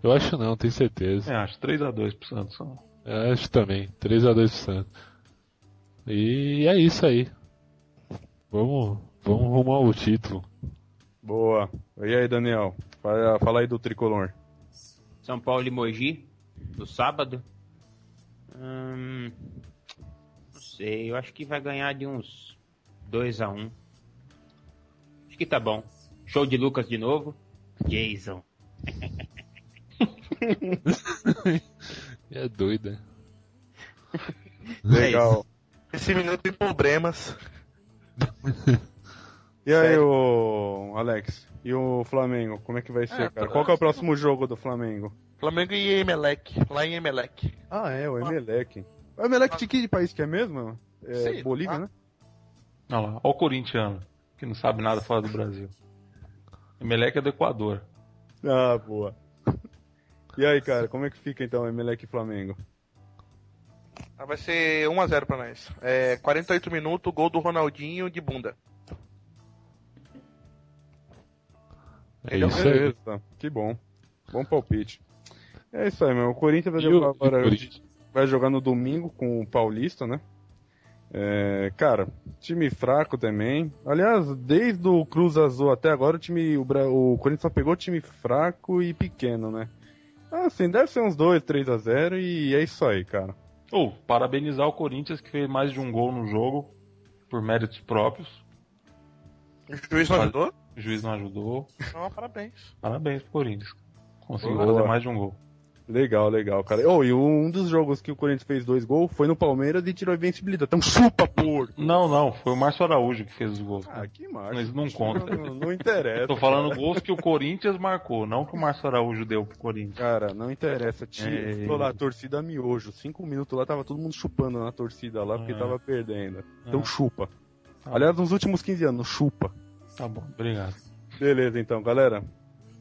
Eu acho não, tenho certeza. É, acho 3x2 pro Santos. Eu É, acho também. 3x2 pro Santos. E é isso aí. Vamos, vamos rumar o título. Boa. E aí, Daniel? Fala, fala aí do tricolor. São Paulo e Mogi, no sábado. Hum, não sei, eu acho que vai ganhar de uns 2 a 1 Acho que tá bom. Show de Lucas de novo. Jason. É doido, né? Legal. Esse menino tem problemas. E aí, o Alex? E o Flamengo? Como é que vai ser, cara? Qual que é o próximo jogo do Flamengo? Flamengo e Emelec, lá em Emelec. Ah, é, o Emelec. O Emelec de que país que é mesmo? É Sei Bolívia, lá. né? Olha lá, olha o corintiano, que não sabe nada fora do Brasil. Emelec é do Equador. Ah, boa. E aí, cara, como é que fica então Emelec e Flamengo? Ah, Vai ser 1x0 pra nós. É, 48 minutos, gol do Ronaldinho de bunda. É isso aí. Beleza, que bom. Bom palpite. É isso aí, meu. O Corinthians vai E o- jogar, e o agora- Corinthians? vai jogar no domingo com o Paulista, né? É, cara, time fraco também. Aliás, desde o Cruz Azul até agora, o time, o, Bra- o Corinthians só pegou time fraco e pequeno, né? Assim, deve ser uns 2, 3 a 0 e é isso aí, cara. Ou, parabenizar o Corinthians que fez mais de um gol no jogo, por méritos próprios. O juiz não ajudou? O juiz não ajudou. Não, parabéns. Parabéns pro Corinthians. Conseguiu Boa. fazer mais de um gol. Legal, legal, cara. Oh, e um dos jogos que o Corinthians fez dois gols foi no Palmeiras e tirou a invencibilidade. Então chupa, porco! Não, não, foi o Márcio Araújo que fez os gols. Ah, que é, tá marca. Mas não conta. Não, não interessa. Tô falando gols que o Corinthians marcou, não que o Márcio Araújo deu pro Corinthians. Cara, não interessa. Tinha, É. ficou lá, a torcida miojo. Cinco minutos lá, tava todo mundo chupando na torcida lá, porque Ah. tava perdendo. Então Ah. chupa. Tá Aliás, nos últimos 15 anos, chupa. Tá bom, obrigado. Beleza, então, galera.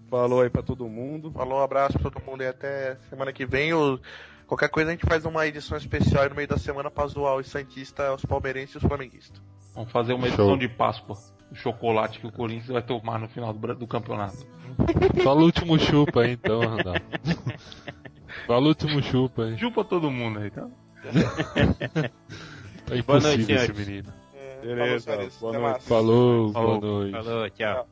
Falou aí pra todo mundo. Falou, abraço pra todo mundo e até semana que vem. O- Qualquer coisa a gente faz uma edição especial aí no meio da semana pra zoar os Santista, os palmeirenses e os flamenguistas. Vamos fazer uma Show. edição de Páscoa. O chocolate que o Corinthians vai tomar no final do, bra- do campeonato. Fala o último chupa aí então, Randall. Fala o último chupa é aí. Chupa todo mundo aí, tá? Tá Boa noite, impossível esse senhores. menino. Beleza, Falou, senhores. boa Até noite. mais. Falou, Falou. boa noite. Falou, tchau.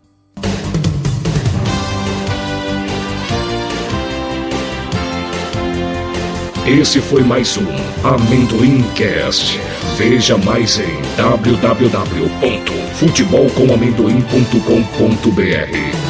Esse foi mais um Amendoimcast. Veja mais em www.futebolcomamendoim.com.br.